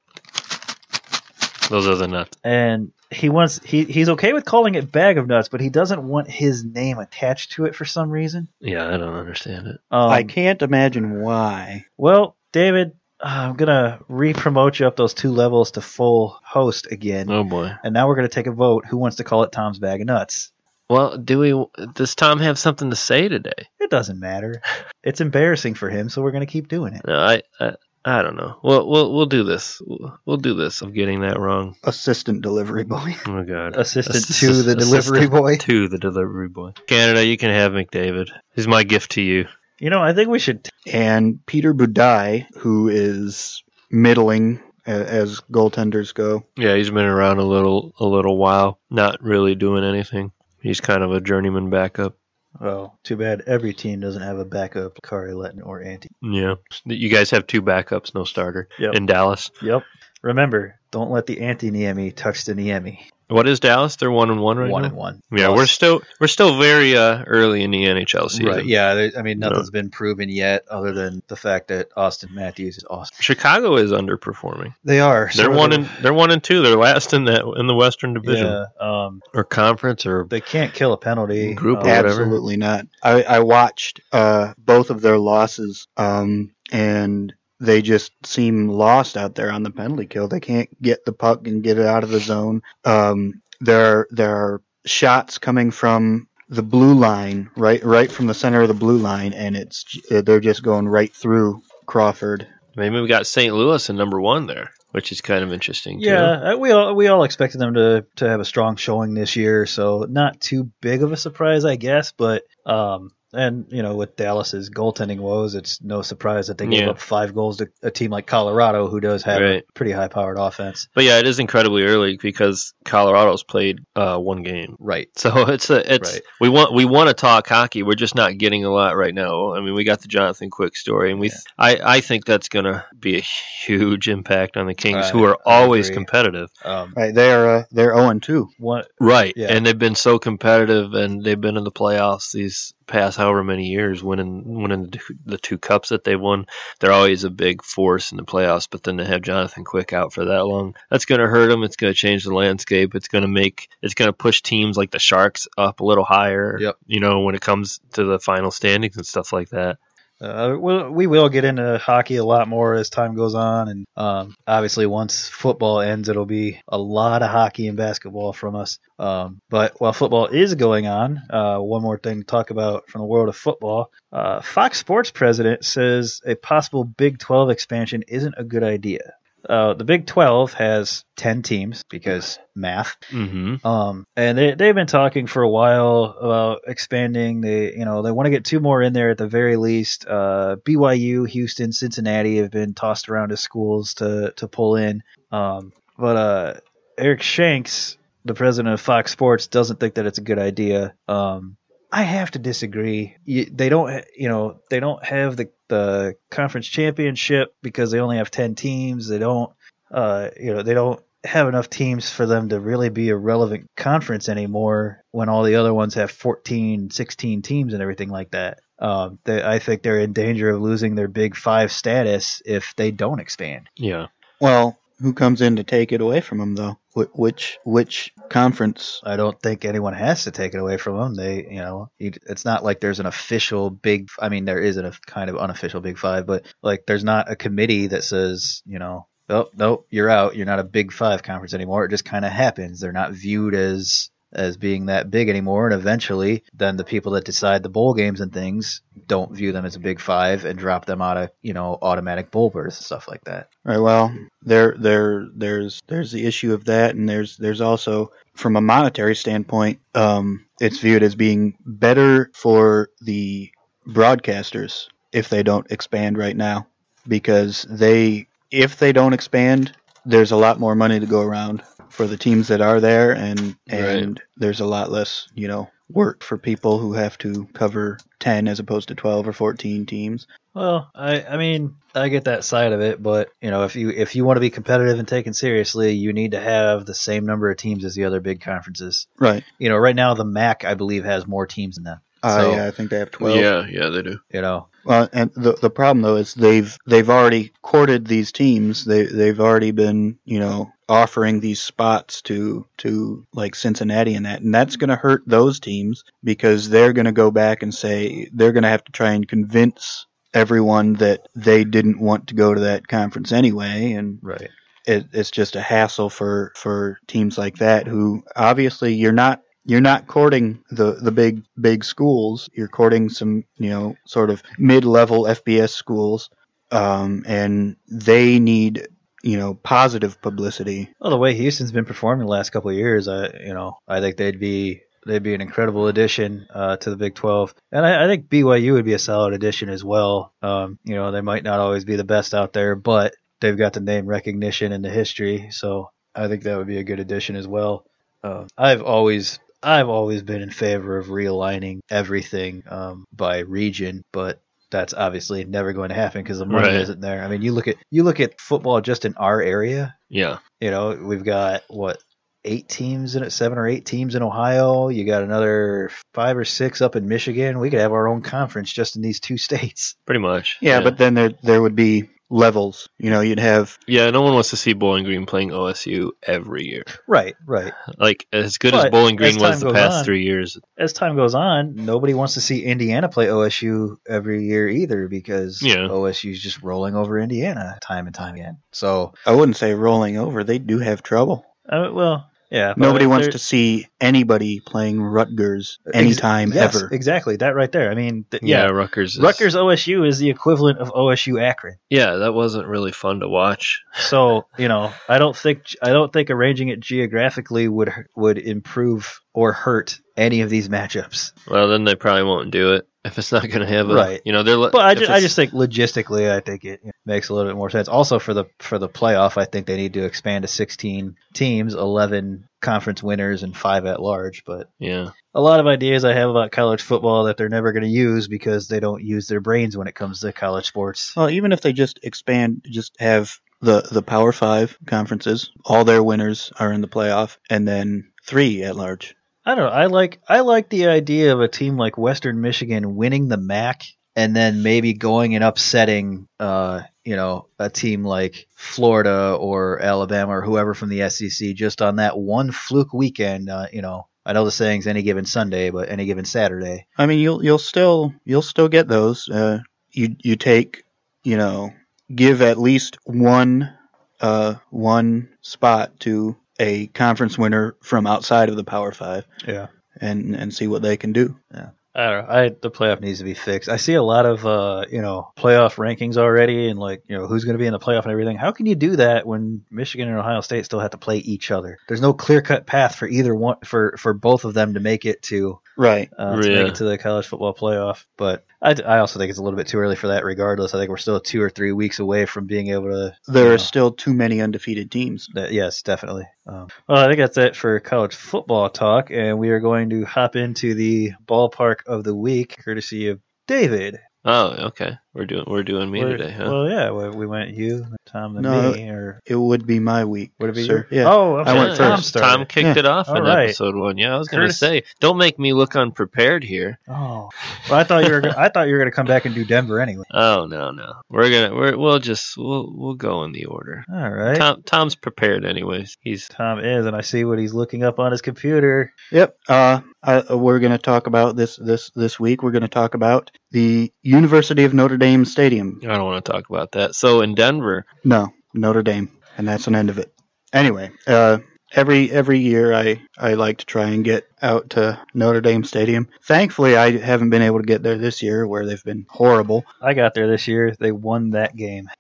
S4: Those are the nuts.
S3: and he wants he he's okay with calling it bag of nuts, but he doesn't want his name attached to it for some reason.
S4: Yeah, I don't understand it.
S3: Um,
S2: I can't imagine why.
S3: well, David, uh, I'm gonna re-promote you up those two levels to full host again,
S4: Oh boy.
S3: and now we're gonna take a vote. Who wants to call it Tom's bag of nuts?
S4: Well, do we? Does Tom have something to say today?
S3: It doesn't matter. It's embarrassing for him, so we're gonna keep doing it.
S4: No, I. I I don't know. We'll we'll we'll do this. We'll, we'll do this. I'm getting that wrong.
S2: Assistant delivery boy.
S4: Oh my god.
S3: Assistant
S4: Assist-
S3: to the delivery
S4: assistant
S3: boy.
S4: To the delivery boy. Canada, you can have McDavid. He's my gift to you.
S3: You know, I think we should.
S2: and Peter Budai, who is middling a- as goaltenders go.
S4: Yeah, he's been around a little a little while, not really doing anything. He's kind of a journeyman backup.
S3: Well, too bad every team doesn't have a backup, Kari Letton or Ante.
S4: Yeah. You guys have two backups, no starter
S3: Yep.
S4: in Dallas.
S3: Yep. Remember, don't let the anti Niemi touch the Niemi.
S4: What is Dallas? They're one and one right
S3: one
S4: now.
S3: and one.
S4: Yeah, we're
S3: Plus-
S4: still we're still very uh, early in the NHL season.
S3: Right. Yeah. There, I mean, nothing's been proven yet, other than the fact that Austin Matthews is awesome.
S4: Chicago is underperforming.
S3: They are.
S4: They're one and they're one and two. They're last in that in the Western Division
S3: yeah. Um,
S4: or conference or
S3: they can't kill a penalty.
S4: Group
S3: Um,
S4: or whatever.
S2: Absolutely not. I, I watched uh, both of their losses, um, and they just seem lost out there on the penalty kill. They can't get the puck and get it out of the zone. Um, there, are, there are shots coming from the blue line, right, right from the center of the blue line, and it's uh, they're just going right through Crawford.
S4: maybe we got St. Louis in number one there, which is kind of interesting. too.
S3: Yeah, uh, we all we all expected them to to have a strong showing this year, so not too big of a surprise, I guess. But um, and you know, with Dallas's goaltending woes, it's no surprise that they gave
S4: Yeah.
S3: up five goals to a team like Colorado, who does have
S4: Right.
S3: a pretty high powered offense.
S4: but yeah, it is incredibly early because Colorado's played uh, one game.
S3: Right.
S4: So it's a it's
S3: Right.
S4: we want we want to talk hockey. We're just not getting a lot right now. I mean, we got the Jonathan Quick story, and we
S3: Yeah.
S4: I I think that's gonna be a huge impact on the Kings,
S3: I-
S4: who are
S3: I
S4: always
S3: agree.
S4: competitive,
S3: Um,
S2: Right, they're uh, they're zero and two.
S3: one,
S4: right?
S3: Yeah.
S4: And they've been so competitive, and they've been in the playoffs these past however many years, winning winning the two, the two cups that they won. They're always a big force in the playoffs, but then to have Jonathan Quick out for that long, that's gonna hurt them. It's gonna change the landscape. It's gonna make it's gonna push teams like the Sharks up a little higher.
S3: Yep.
S4: You know, when it comes to the final standings and stuff like that.
S3: Uh, we'll, we will get into hockey a lot more as time goes on, and um, obviously once football ends, it'll be a lot of hockey and basketball from us. Um, but while football is going on, uh, one more thing to talk about from the world of football: uh, Fox Sports president says a possible Big 12 expansion isn't a good idea. Uh, the Big 12 has 10 teams because math.
S4: Mm-hmm.
S3: Um, and they they've been talking for a while about expanding. They you know they want to get two more in there at the very least. Uh, BYU, Houston, Cincinnati have been tossed around as schools to to pull in. Um, but uh, Eric Shanks, the president of Fox Sports, doesn't think that it's a good idea. Um, I have to disagree. You, they don't, ha- you know, they don't have the the conference championship because they only have ten teams. They don't, uh, you know, they don't have enough teams for them to really be a relevant conference anymore when all the other ones have 14 16 teams and everything like that um, they, i think they're in danger of losing their big five status if they don't expand
S4: Yeah.
S2: Well, who comes in to take it away from them though? Wh- which which conference?
S3: I don't think anyone has to take it away from them. They, you know, you- it's not like there's an official big. I mean, there is an of- kind of unofficial big five, but like there's not a committee that says, you know, oh nope, you're out. You're not a big five conference anymore. It just kind of happens. They're not viewed as as being that big anymore, and eventually, then the people that decide the bowl games and things don't view them as a big five and drop them out of you know automatic bowl berths and stuff like that.
S2: Right. Well, there there there's there's the issue of that, and there's there's also from a monetary standpoint, um, it's viewed as being better for the broadcasters if they don't expand right now, because they if they don't expand, there's a lot more money to go around for the teams that are there, and and there's a lot less you know work for people who have to cover 10 as opposed to 12 or 14 teams.
S3: Well, I, I mean, I get that side of it, but you know, if you if you want to be competitive and taken seriously, you need to have the same number of teams as the other big conferences.
S2: Right.
S3: You know, right now the MAC I believe has more teams than them.
S2: Uh,
S3: So-
S2: yeah, I think they have 12.
S4: yeah, yeah, they do.
S3: You know,
S2: Well, and the the problem though is they've they've already courted these teams. They they've already been you know offering these spots to to like Cincinnati and that, and that's going to hurt those teams because they're going to go back and say they're going to have to try and convince everyone that they didn't want to go to that conference anyway, and
S3: right?
S2: it, it's just a hassle for for teams like that who obviously you're not you're not courting the the big big schools you're courting some you know sort of mid-level FBS schools um, and they need you know positive publicity
S3: Well, the way Houston's been performing the last couple of years, I you know, I think they'd be they'd be an incredible addition uh, to the Big Twelve, and I, I think BYU would be a solid addition as well. Um, you know, they might not always be the best out there, but they've got the name recognition and the history, so I think that would be a good addition as well. Um, I've always I've always been in favor of realigning everything um, by region, but that's obviously never going to happen because the money
S4: Right.
S3: isn't there. I mean, you look at you look at football just in our area.
S4: Yeah,
S3: You know, we've got what eight teams in it, seven or eight teams in Ohio. You got another five or six up in Michigan. We could have our own conference just in these two states.
S4: Pretty much.
S2: Yeah, but then there there would be levels. You know, you'd have
S4: yeah, no one wants to see Bowling Green playing OSU every year.
S3: Right, right.
S4: Like as good as
S3: But
S4: Bowling
S3: as
S4: Green
S3: time
S4: was the
S3: goes
S4: past
S3: on-
S4: three years,
S3: As time goes on, nobody wants to see Indiana play OSU every year either because
S4: Yeah.
S3: OSU's just rolling over Indiana time and time again. So,
S2: I wouldn't say rolling over. They do have trouble.
S3: uh, well, yeah. but
S2: Nobody wants
S3: they're-
S2: to see anybody playing Rutgers
S3: Ex-
S2: anytime
S3: yes,
S2: ever.
S3: Exactly, that right there. I mean, th-
S4: yeah,
S3: yeah.
S4: Rutgers. Is,
S3: Rutgers OSU is the equivalent of OSU Akron.
S4: Yeah, that wasn't really fun to watch.
S3: So you know, I don't think I don't think arranging it geographically would would improve or hurt any of these matchups.
S4: Well, then they probably won't do it if it's not going to have a.
S3: Right.
S4: You know, they're.
S3: But I just, I just think logistically, I think it makes a little bit more sense. Also for the for the playoff, I think they need to expand to sixteen teams, eleven conference winners, and five at large. But
S4: Yeah.
S3: a lot of ideas I have about college football that they're never going to use because they don't use their brains when it comes to college sports.
S2: Well, even if they just expand, just have the the Power Five conferences, all their winners are in the playoff, and then three at large.
S3: I don't know. I like I like the idea of a team like Western Michigan winning the MAC and then maybe going and upsetting, uh, you know, a team like Florida or Alabama or whoever from the SEC just on that one fluke weekend. Uh, you know, I know the saying's any given Sunday, but any given Saturday.
S2: I mean, you'll you'll still you'll still get those. Uh, you you take you know give at least one uh one spot to a conference winner from outside of the Power Five,
S3: Yeah.
S2: and and see what they can do.
S3: I don't know. I the playoff needs to be fixed. I see a lot of uh, you know, playoff rankings already and like, you know, who's gonna be in the playoff and everything. How can you do that when Michigan and Ohio State still have to play each other? There's no clear cut path for either one for for both of them to make it to
S2: Right.
S3: uh, to
S4: Yeah.
S3: make it to the college football playoff. But I, I also think it's a little bit too early for that regardless. I think we're still two or three weeks away from being able to
S2: There
S3: Yeah.
S2: are still too many undefeated teams.
S3: that, yes, definitely. Um, well, I think that's it for college football talk, and we are going to hop into the ballpark of the week, courtesy of David.
S4: Oh, okay. We're doing we're doing me
S3: We're-
S4: today, huh?
S3: Well, yeah, we, we went you, then Tom, then
S2: No,
S3: me, or
S2: It would be my week.
S3: would it be
S2: sir.
S3: you?
S2: Yeah.
S3: Oh, okay.
S2: I went
S4: Yeah,
S3: Tom
S2: first.
S3: started.
S4: Tom kicked
S2: Yeah.
S4: it off
S3: All
S4: in
S3: right.
S4: episode one. Yeah, I was going to
S3: Curtis-
S4: say, don't make me look unprepared here.
S3: Oh, well, I thought you were. Gonna, I thought you were going to come back and do Denver anyway.
S4: Oh no, no. We're gonna we're, we'll just we'll we'll go in the order.
S3: All right. Tom.
S4: Tom Tom's prepared anyways. He's
S3: is, and I see what he's looking up on his computer.
S2: Yep. Uh, I, we're going to talk about this this this week. We're going to talk about the University of Notre Dame Stadium.
S4: I don't want to talk about that. So in Denver,
S2: No, Notre Dame, and that's an end of it. Anyway, uh, every every year I I like to try and get out to Notre Dame Stadium. Thankfully, I haven't been able to get there this year, where they've been horrible.
S3: I got there this year. They won that game.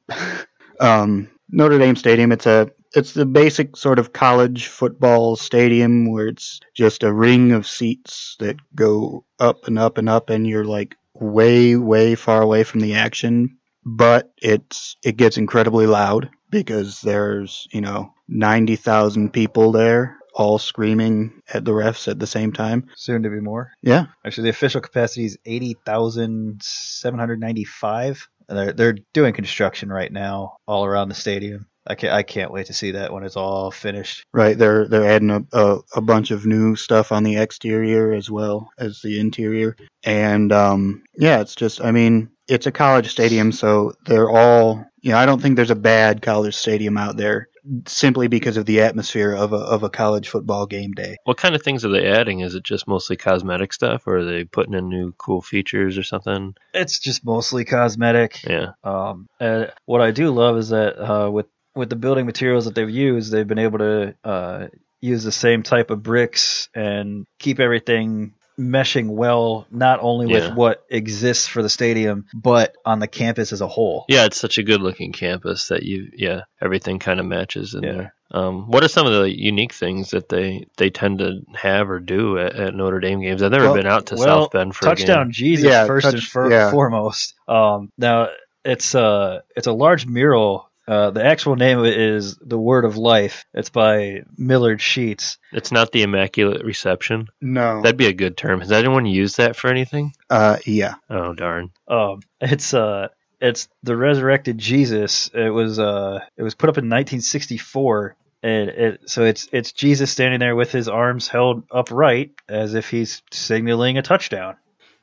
S2: um, Notre Dame Stadium. It's a it's the basic sort of college football stadium where it's just a ring of seats that go up and up and up, and you're like way way far away from the action. But it's it gets incredibly loud because there's you know ninety thousand people there all screaming at the refs at the same time.
S3: Soon to be more.
S2: Yeah,
S3: Actually, the official capacity is eighty thousand seven hundred ninety-five. They're they're doing construction right now all around the stadium. I can't I can't wait to see that when it's all finished.
S2: Right, they're they're adding a, a, a bunch of new stuff on the exterior as well as the interior, and um, yeah, it's just I mean it's a college stadium, so they're all you know I don't think there's a bad college stadium out there simply because of the atmosphere of a of a college football game day.
S4: what kind of things are they adding? Is it just mostly cosmetic stuff, or are they putting in new cool features or something?
S3: It's just mostly cosmetic.
S4: Yeah,
S3: Um, and what I do love is that uh, with with the building materials that they've used, they've been able to uh, use the same type of bricks and keep everything meshing well, not only with
S4: Yeah.
S3: what exists for the stadium, but on the campus as a whole.
S4: yeah. It's such a good looking campus that you yeah everything kind of matches in
S3: Yeah.
S4: there. Um, what are some of the unique things that they they tend to have or do at, at Notre Dame games? I've never
S2: Well-
S4: been out to
S3: well,
S4: South Bend for a
S3: touchdown
S4: game.
S3: Jesus
S2: Yeah,
S3: first
S2: touch-
S3: and fir-
S2: yeah.
S3: foremost. Um, now it's a it's a large mural. Uh, the actual name of it is "The Word of Life." It's by Millard Sheets.
S4: It's not the Immaculate Reception.
S2: No,
S4: That'd be a good term. Has anyone used that for anything?
S2: uh, yeah,
S4: Oh darn.
S3: Um, it's uh, it's the resurrected Jesus. It was uh, it was put up in 1964. And it, so it's it's Jesus standing there with his arms held upright as if he's signaling a touchdown.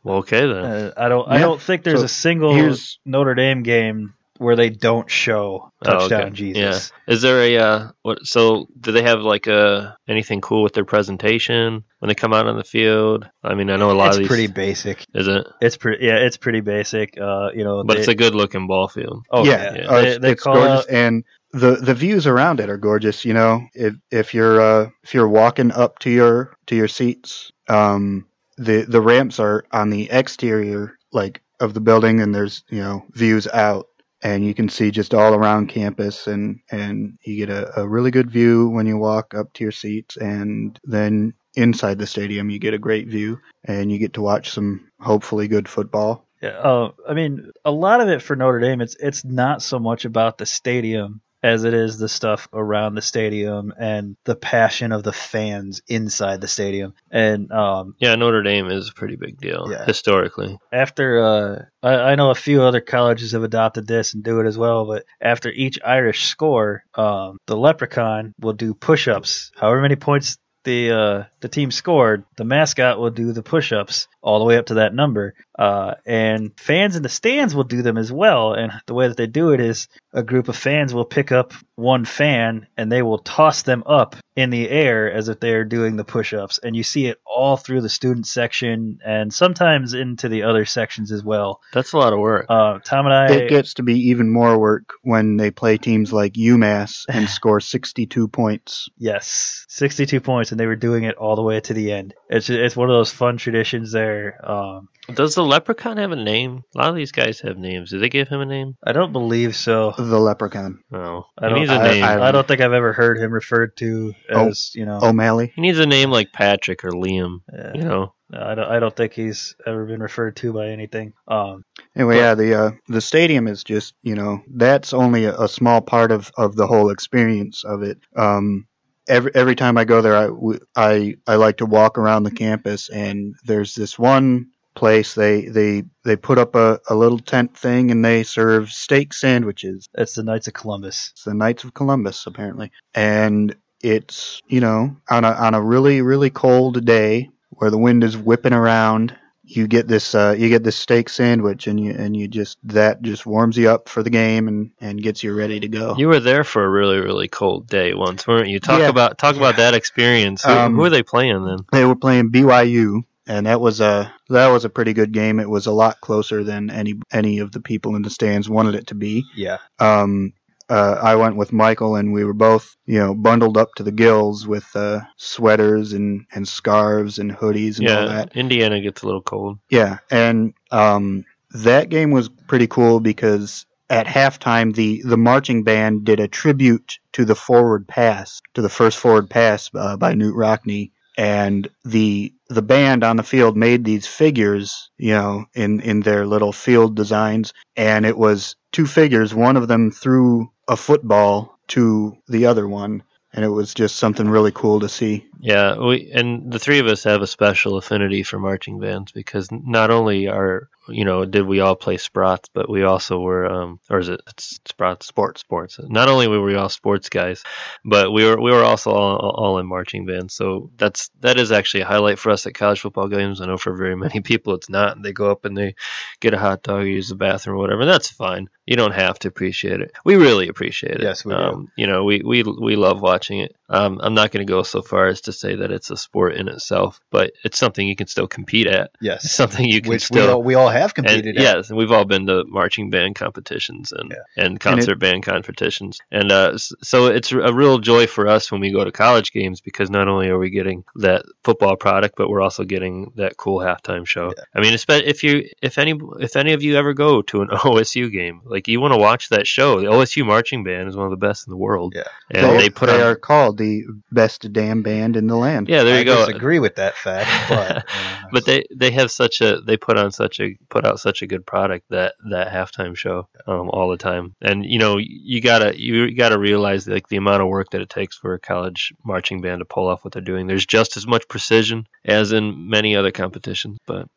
S4: Well, okay then.
S3: Uh, I don't I
S2: Yeah.
S3: don't think there's
S2: So
S3: a single
S2: here's-
S3: Notre Dame game where they don't show
S4: Oh,
S3: touchdown
S4: okay.
S3: Jesus.
S4: Yeah. Is there a uh, what? So do they have like a anything cool with their presentation when they come out on the field? I mean, I know a lot
S3: It's
S4: of these
S3: pretty basic.
S4: is it,
S3: It's pretty yeah, it's pretty basic. Uh, you know,
S4: but
S3: they-
S4: it's a good looking ball field.
S3: oh
S2: yeah,
S3: yeah,
S4: yeah.
S2: uh,
S3: they,
S2: it's,
S3: they
S2: it's
S3: call
S2: gorgeous,
S3: out
S2: and the the views around it are gorgeous. You know, if if you're uh, if you're walking up to your to your seats, um, the the ramps are on the exterior like of the building, and there's you know views out, and you can see just all around campus, and and you get a, a really good view when you walk up to your seats, and then inside the stadium you get a great view, and you get to watch some hopefully good football.
S3: Yeah, uh, I mean, a lot of it for Notre Dame, it's it's not so much about the stadium as it is the stuff around the stadium and the passion of the fans inside the stadium. And um,
S4: Yeah, Notre Dame is a pretty big deal
S3: Yeah.
S4: historically.
S3: after, uh, I, I know a few other colleges have adopted this and do it as well. But after each Irish score, um, the Leprechaun will do push-ups, however many points the uh, the team scored, the mascot will do the push-ups all the way up to that number, uh, and fans in the stands will do them as well. And the way that they do it is a group of fans will pick up one fan and they will toss them up in the air as if they are doing the push-ups, and you see it all through the student section and sometimes into the other sections as well.
S4: That's a lot of work.
S3: Uh, Tom and I
S2: it gets to be even more work when they play teams like UMass and score 62 points.
S3: Yes, sixty-two points, and they were doing it all the way to the end. It's it's one of those fun traditions there. Um,
S4: Does the leprechaun have a name? A lot of these guys have names. Did they give him a name?
S3: I don't believe so.
S2: The Leprechaun
S4: No,
S3: I
S4: he
S3: don't.
S4: needs a
S3: I,
S4: name.
S3: I don't think I've ever heard him referred to
S2: Oh.
S3: as you know.
S2: O'Malley.
S4: he needs a name like Patrick or Liam.
S3: yeah.
S4: You know,
S3: No, I don't. I don't think he's ever been referred to by anything. Um,
S2: Anyway, yeah, the uh, the stadium is just you know that's only a, a small part of, of the whole experience of it. Um, every every time I go there, I, w- I I like to walk around the campus, and there's this one place they they they put up a, a little tent thing, and they serve steak sandwiches.
S3: it's the Knights of Columbus.
S2: It's the Knights of Columbus, apparently. And it's, you know, on a, on a really, really cold day where the wind is whipping around, you get this uh, you get this steak sandwich and you and you just that just warms you up for the game and, and gets you ready to
S3: Oh.
S2: go.
S4: you were there for a really really cold day once, weren't you? Talk
S2: Yeah.
S4: about talk about that experience. Who,
S2: Um,
S4: who are they playing then?
S2: they were playing BYU and that was a that was a pretty good game. It was a lot closer than any any of the people in the stands wanted it to be.
S3: Yeah,
S2: um, uh, I went with Michael, and we were both, you know, bundled up to the gills with uh, sweaters and, and scarves and hoodies and all
S4: Yeah,
S2: that.
S4: Indiana gets a little cold.
S2: Yeah, and um, that game was pretty cool because at halftime the the marching band did a tribute to the forward pass, to the first forward pass uh, by Newt Rockney, and the the band on the field made these figures, you know, in in their little field designs, and it was two figures. One of them threw a football to the other one, and it was just something really cool to see.
S4: Yeah, we and the three of us have a special affinity for marching bands because not only are you know did we all play Sprats, but we also were um or is it it's Sprats
S2: Sports.
S4: sports. Not only were we all sports guys, but we were we were also all, all in marching bands. So that's that is actually a highlight for us at college football games. I know for very many people it's not. They go up and they get a hot dog, use the bathroom, or whatever. And that's fine. You don't have to appreciate it. We really appreciate it.
S3: Yes, we do.
S4: um, You know, we we we love watching it. Um, I'm not going to go so far as to say that it's a sport in itself, but it's something you can still compete at.
S3: yes,
S4: It's something you can
S6: which
S4: still
S6: we all, we all have
S4: and-
S6: competed. at.
S4: Yes, and we've all been to marching band competitions and and concert band competitions, and uh, s- so it's a real joy for us when we go to college games because not only are we getting that football product, but we're also getting that cool halftime show. I mean, it's been- if you if any if any of you ever go to an OSU game, like you want to watch that show, the OSU marching band is one of the best in the world.
S6: Yeah.
S4: and they, put on.
S2: are called the best damn band in the land.
S4: yeah, there you
S6: I
S4: go.
S6: disagree with that fact, but uh,
S4: but they they have such a they put on such a put out such a good product that that halftime show um, all the time and you know you gotta you gotta realize like the amount of work that it takes for a college marching band to pull off what they're doing there's just as much precision as in many other competitions but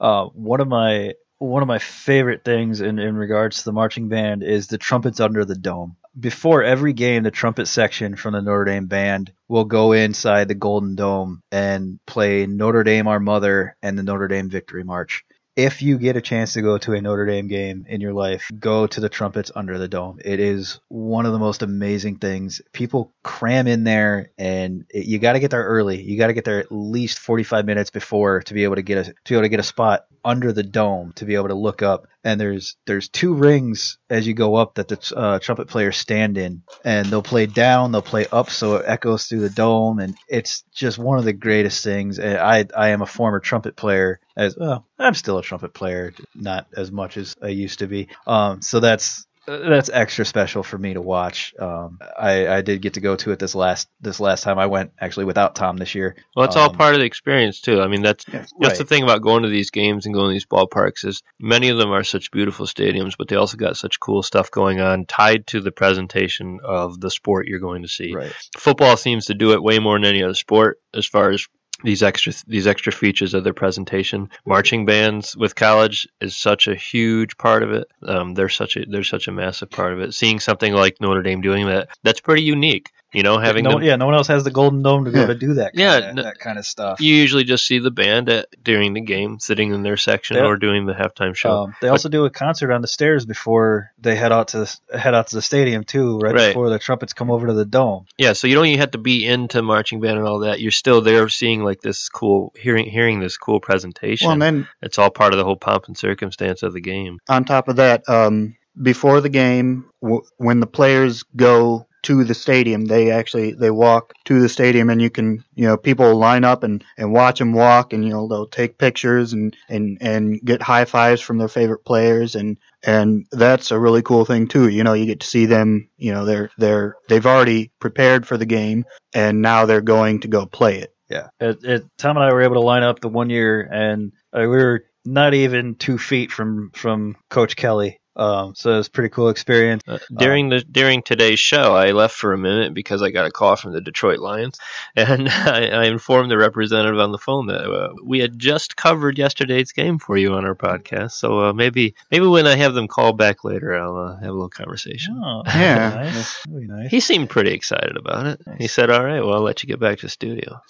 S3: uh, one of my one of my favorite things in, in regards to the marching band is the trumpets under the dome. Before every game, the trumpet section from the Notre Dame band will go inside the Golden Dome and play Notre Dame Our Mother and the Notre Dame Victory March. If you get a chance to go to a Notre Dame game in your life, go to the trumpets under the dome. It is one of the most amazing things. People cram in there, and it, you got to get there early. You got to get there at least 45 minutes before to be able to get a to be able to get a spot under the dome to be able to look up. And there's there's two rings as you go up that the uh, trumpet players stand in, and they'll play down, they'll play up, so it echoes through the dome, and it's just one of the greatest things. And I I am a former trumpet player as well. I'm still a trumpet player, not as much as I used to be. Um, so that's that's extra special for me to watch. Um, I, I did get to go to it this last this last time I went actually without Tom this year.
S4: Well, it's all
S3: Um,
S4: part of the experience too. I mean, that's that's the
S3: right.
S4: thing about going to these games and going to these ballparks is many of them are such beautiful stadiums, but they also got such cool stuff going on tied to the presentation of the sport you're going to see.
S3: Right.
S4: Football seems to do it way more than any other sport as far as these extra these extra features of their presentation. Marching bands with college is such a huge part of it. Um, they're such a they're such a massive part of it. Seeing something like Notre Dame doing that that's pretty unique. You know, having
S3: no,
S4: them,
S3: yeah, no one else has the Golden Dome to go
S2: Yeah.
S3: to do that.
S4: Yeah,
S3: Kind of,
S4: no-
S3: that kind of stuff.
S4: you usually just see the band at, during the game sitting in their section
S3: Yeah.
S4: or doing the halftime show.
S3: Um, they also do a concert on the stairs before they head out to the, head out to the stadium too. Right,
S4: Right.
S3: before the trumpets come over to the dome.
S4: yeah, so you don't even have to be into marching band and all that. You're still there seeing like this cool hearing hearing this cool presentation.
S2: Well, and then
S4: it's all part of the whole pomp and circumstance of the game.
S2: on top of that, um, before the game, w- when the players go to the stadium, they actually they walk to the stadium, and you can you know people line up and and watch them walk, and you know they'll take pictures and and and get high fives from their favorite players, and and that's a really cool thing too. You know, you get to see them. You know, they're they're they've already prepared for the game, and now they're going to go play it.
S3: Yeah, it, it, Tom and I were able to line up the one year, and uh, we were not even two feet from from Coach Kelly. Um, so it was a pretty cool experience.
S4: Uh, during the during today's show, I left for a minute because I got a call from the Detroit Lions, and I, I informed the representative on the phone that uh, we had just covered yesterday's game for you on our podcast. So uh, maybe maybe when I have them call back later, I'll uh, have a little conversation.
S3: Oh,
S2: Yeah.
S3: that'd be nice. That'd be nice.
S4: He seemed pretty excited about it. He said, "All right, well, I'll let you get back to studio."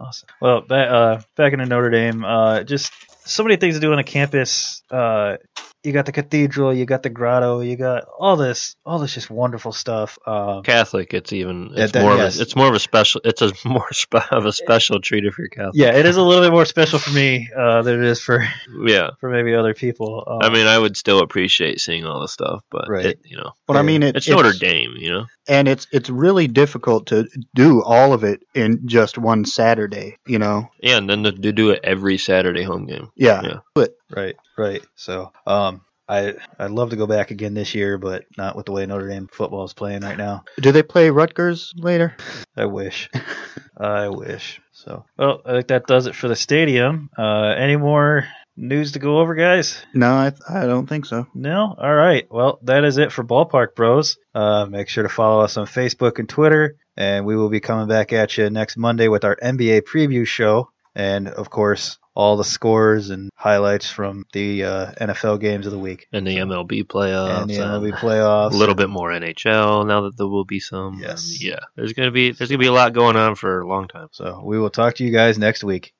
S3: awesome. Well, back, uh, back into Notre Dame, uh, just so many things to do on a campus. Uh, you got the cathedral, you got the grotto, you got all this, all this just wonderful stuff. Um,
S4: Catholic, it's even
S3: Yeah,
S4: it's
S3: that-
S4: more of
S3: yes.
S4: a, it's more of a special it's a more spe- of a special treat if you're Catholic.
S3: yeah, it is a little bit more special for me uh, than it is for
S4: Yeah,
S3: for maybe other people. Um,
S4: I mean, I would still appreciate seeing all the stuff, but
S3: Right.
S4: it, you know,
S2: But I mean, it,
S4: it's Notre Dame, you know.
S2: and it's it's really difficult to do all of it in just one Saturday. You know,
S4: Yeah, and then to to do it every Saturday home game.
S2: yeah,
S4: Yeah.
S3: Right, right. So, um, I I'd love to go back again this year, but not with the way Notre Dame football is playing right now.
S2: Do they play Rutgers later?
S3: I wish, I wish. So, well, I think that does it for the stadium. Uh, any more news to go over, guys?
S2: No, I, I don't think so.
S3: No. All right. Well, that is it for Ballpark Bros. Uh, make sure to follow us on Facebook and Twitter, and we will be coming back at you next Monday with our NBA preview show, and of course, all the scores and highlights from the uh, NFL games of the week.
S4: And the MLB playoffs.
S3: and the
S4: and
S3: MLB playoffs.
S4: a little bit more NHL now that there will be some.
S3: Yes.
S4: Yeah. There's gonna be there's gonna be a lot going on for a long time.
S3: So we will talk to you guys next week.